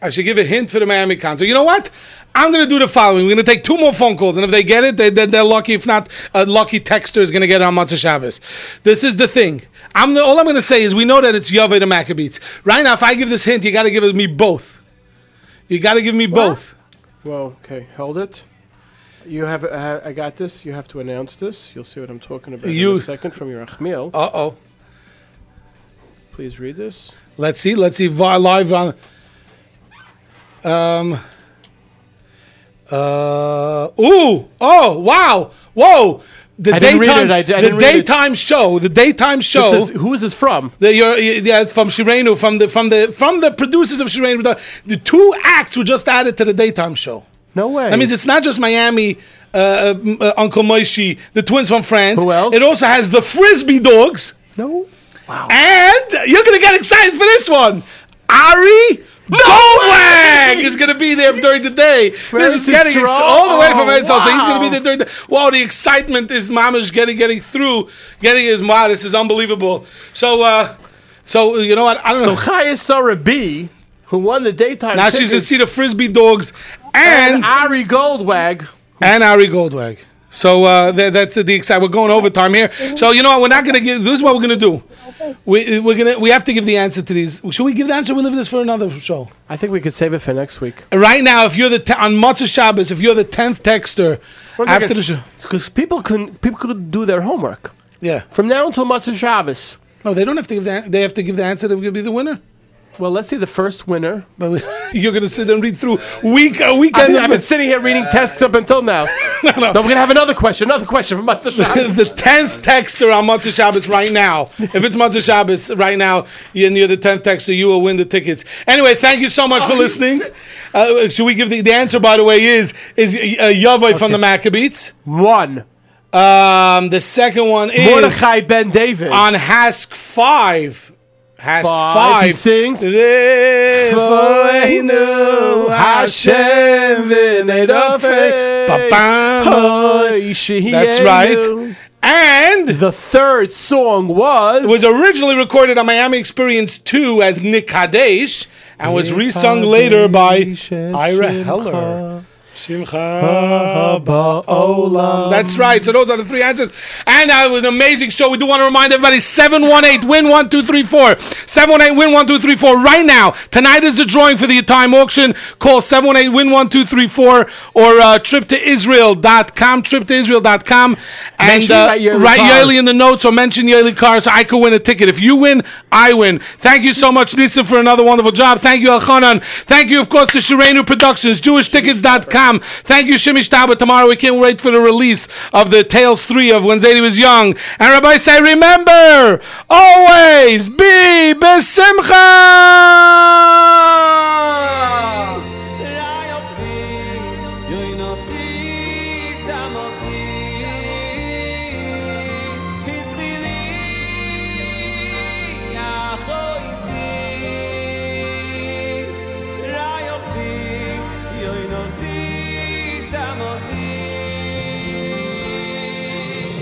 B: I should give a hint for the Miami concert. You know what? I'm going to do the following. We're going to take two more phone calls, and if they get it, they, they, they're lucky. If not, a lucky texter is going to get it on Matzah Shabbos. This is the thing. I'm the, all I'm going to say is we know that it's Yahweh the Maccabees. Right now, if I give this hint, you got to give it me both. You got to give me both.
E: Well, okay, hold it. You have, uh, I got this. You have to announce this. You'll see what I'm talking about
B: You-
E: in a second from your Achmil.
B: Uh oh.
E: Please read this.
B: Let's see. Let's see. vi- Live on. Um. Uh. Ooh. Oh. Wow. Whoa. The
E: I didn't
B: daytime.
E: read it, I di- I
B: the
E: didn't read it.
B: daytime show. The daytime show.
E: This is, who is this from?
B: The, your, yeah, it's from Shirenu, from the from the from the producers of Shirenu. The, the two acts were just added to the daytime show.
E: No way.
B: That means it's not just Miami, uh, uh, Uncle Moishi, the twins from France.
E: Who else?
B: It also has the Frisbee Dogs.
E: No.
B: And you're gonna get excited for this one, Ari. Nowag is going to be there during the day. this is
E: Eretz
B: getting ex-
E: Yisrael?
B: all the way from
E: Oh,
B: Eretz Yisrael. So he's going to be
E: wow.
B: there during the. Wow, the excitement is mamish getting getting through, getting his wow. This is unbelievable. So, uh, so you know what? I don't
E: So
B: know.
E: Chaya Sara B, who won the daytime.
B: Now she's gonna
E: tickets,
B: see the frisbee dogs and,
E: and Ari Goldwag.
B: and Ari Goldwag. So uh, that, that's the excitement. We're going overtime here. So you know what? We're not gonna give. This is what we're gonna do. We we're gonna we have to give the answer to these. Should we give the answer? We leave this for another show.
E: I think we could save it for next week.
B: Right now, if you're the te- on Matzah Shabbos, if you're the tenth texter after the show,
E: because people can people could do their homework.
B: Yeah.
E: From now until Matzah Shabbos.
B: No, they don't have to give the. an- They have to give the answer. They're gonna be the winner.
E: Well, let's see the first winner.
B: <laughs> You're going to sit and read through week a weekend.
E: I've been, I've been sitting here reading texts up until
B: <laughs>
E: now. no, no. we're going to have another question. Another question from Matzah Shabbos.
B: the tenth texter on Matzah Shabbos right now. If it's Matzah Shabbos right now, and you're the tenth texter, you will win the tickets. Anyway, thank you so much
E: Oh,
B: for listening. Uh, should we give the, the answer? By the way, is is uh, Yavoy from the Maccabees
E: one.
B: Um, the second one is
E: Mordechai Ben David.
B: on Hask five. Hask
E: Five,
B: five.
E: he sings.
B: Refoinu
E: Hashem v'nedofei. Hoi shehienu.
B: That's right. And
E: the third song was
B: was originally recorded on Miami Experience 2 as Nick Hadesh and was resung later by Ira Heller. Um, That's right. So those are the three answers. And uh, it was an amazing show. We do want to remind everybody 718 win 1234. 718 win 1234 right now. Tonight is the drawing for the time auction. Call 718 win 1234 or uh, trip to Israel.com. Trip to Israel.com. And
E: Mention
B: uh,
E: that Yaeli
B: write
E: Carr.
B: Yaeli in the notes or mention Yaeli Carr so I could win a ticket. If you win, I win. Thank you so much, Nisa, for another wonderful job. Thank you, Elchanan. Thank you, of course, to Shirenu Productions, JewishTickets.com. Thank you, Shimish Tauber. Tomorrow we can't wait for the release of the Tales 3 of When Zadie Was Young. And Rabbi say, remember, always be besimcha!
N: Thank you.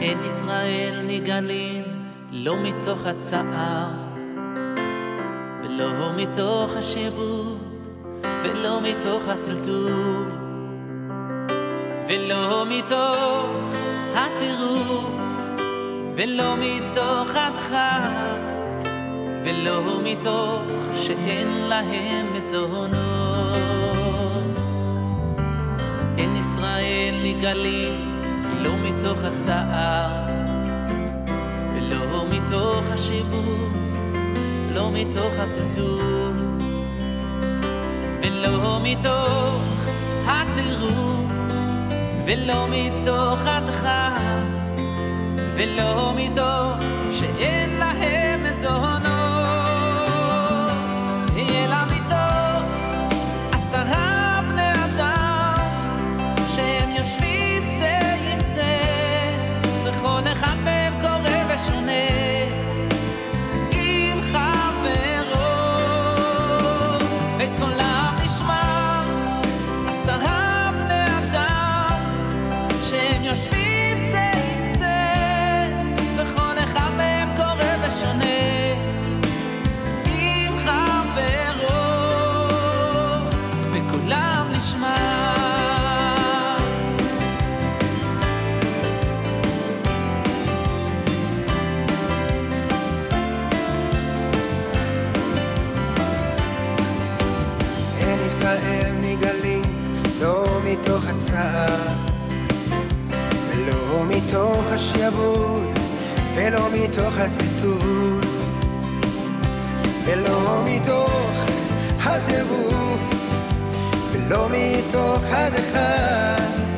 X: אין ישראל נגאלים, לא מתוך הצער, ולא מתוך השיבוד, ולא מתוך הטלטול, ולא מתוך הטירוף, ולא מתוך הדחק, ולא מתוך שאין להם מזונות. אין ישראל נגאלים, לא מתוך הצער, ולא מתוך השיבוט, לא מתוך הטלטול, ולא מתוך הטירוף, ולא מתוך הדחק, ולא מתוך שאין להם מזונות, אלא מתוך עשרה בני אדם, שהם יושבים זה עם זה, וכל אחד מהם קורא ושונה. עם חברו. וקולם נשמע, עשרה בני אדם, שהם יושבים זה עם זה, וכל אחד מהם קורא ושונה. עם
N: Oh,
X: חברו, וקולם נשמע.
Y: אין ישראל נגאלים, לא מתוך הצער, ולא מתוך השעבוד, ולא מתוך הטלטול, ולא מתוך הטירוף, ולא מתוך הדחה,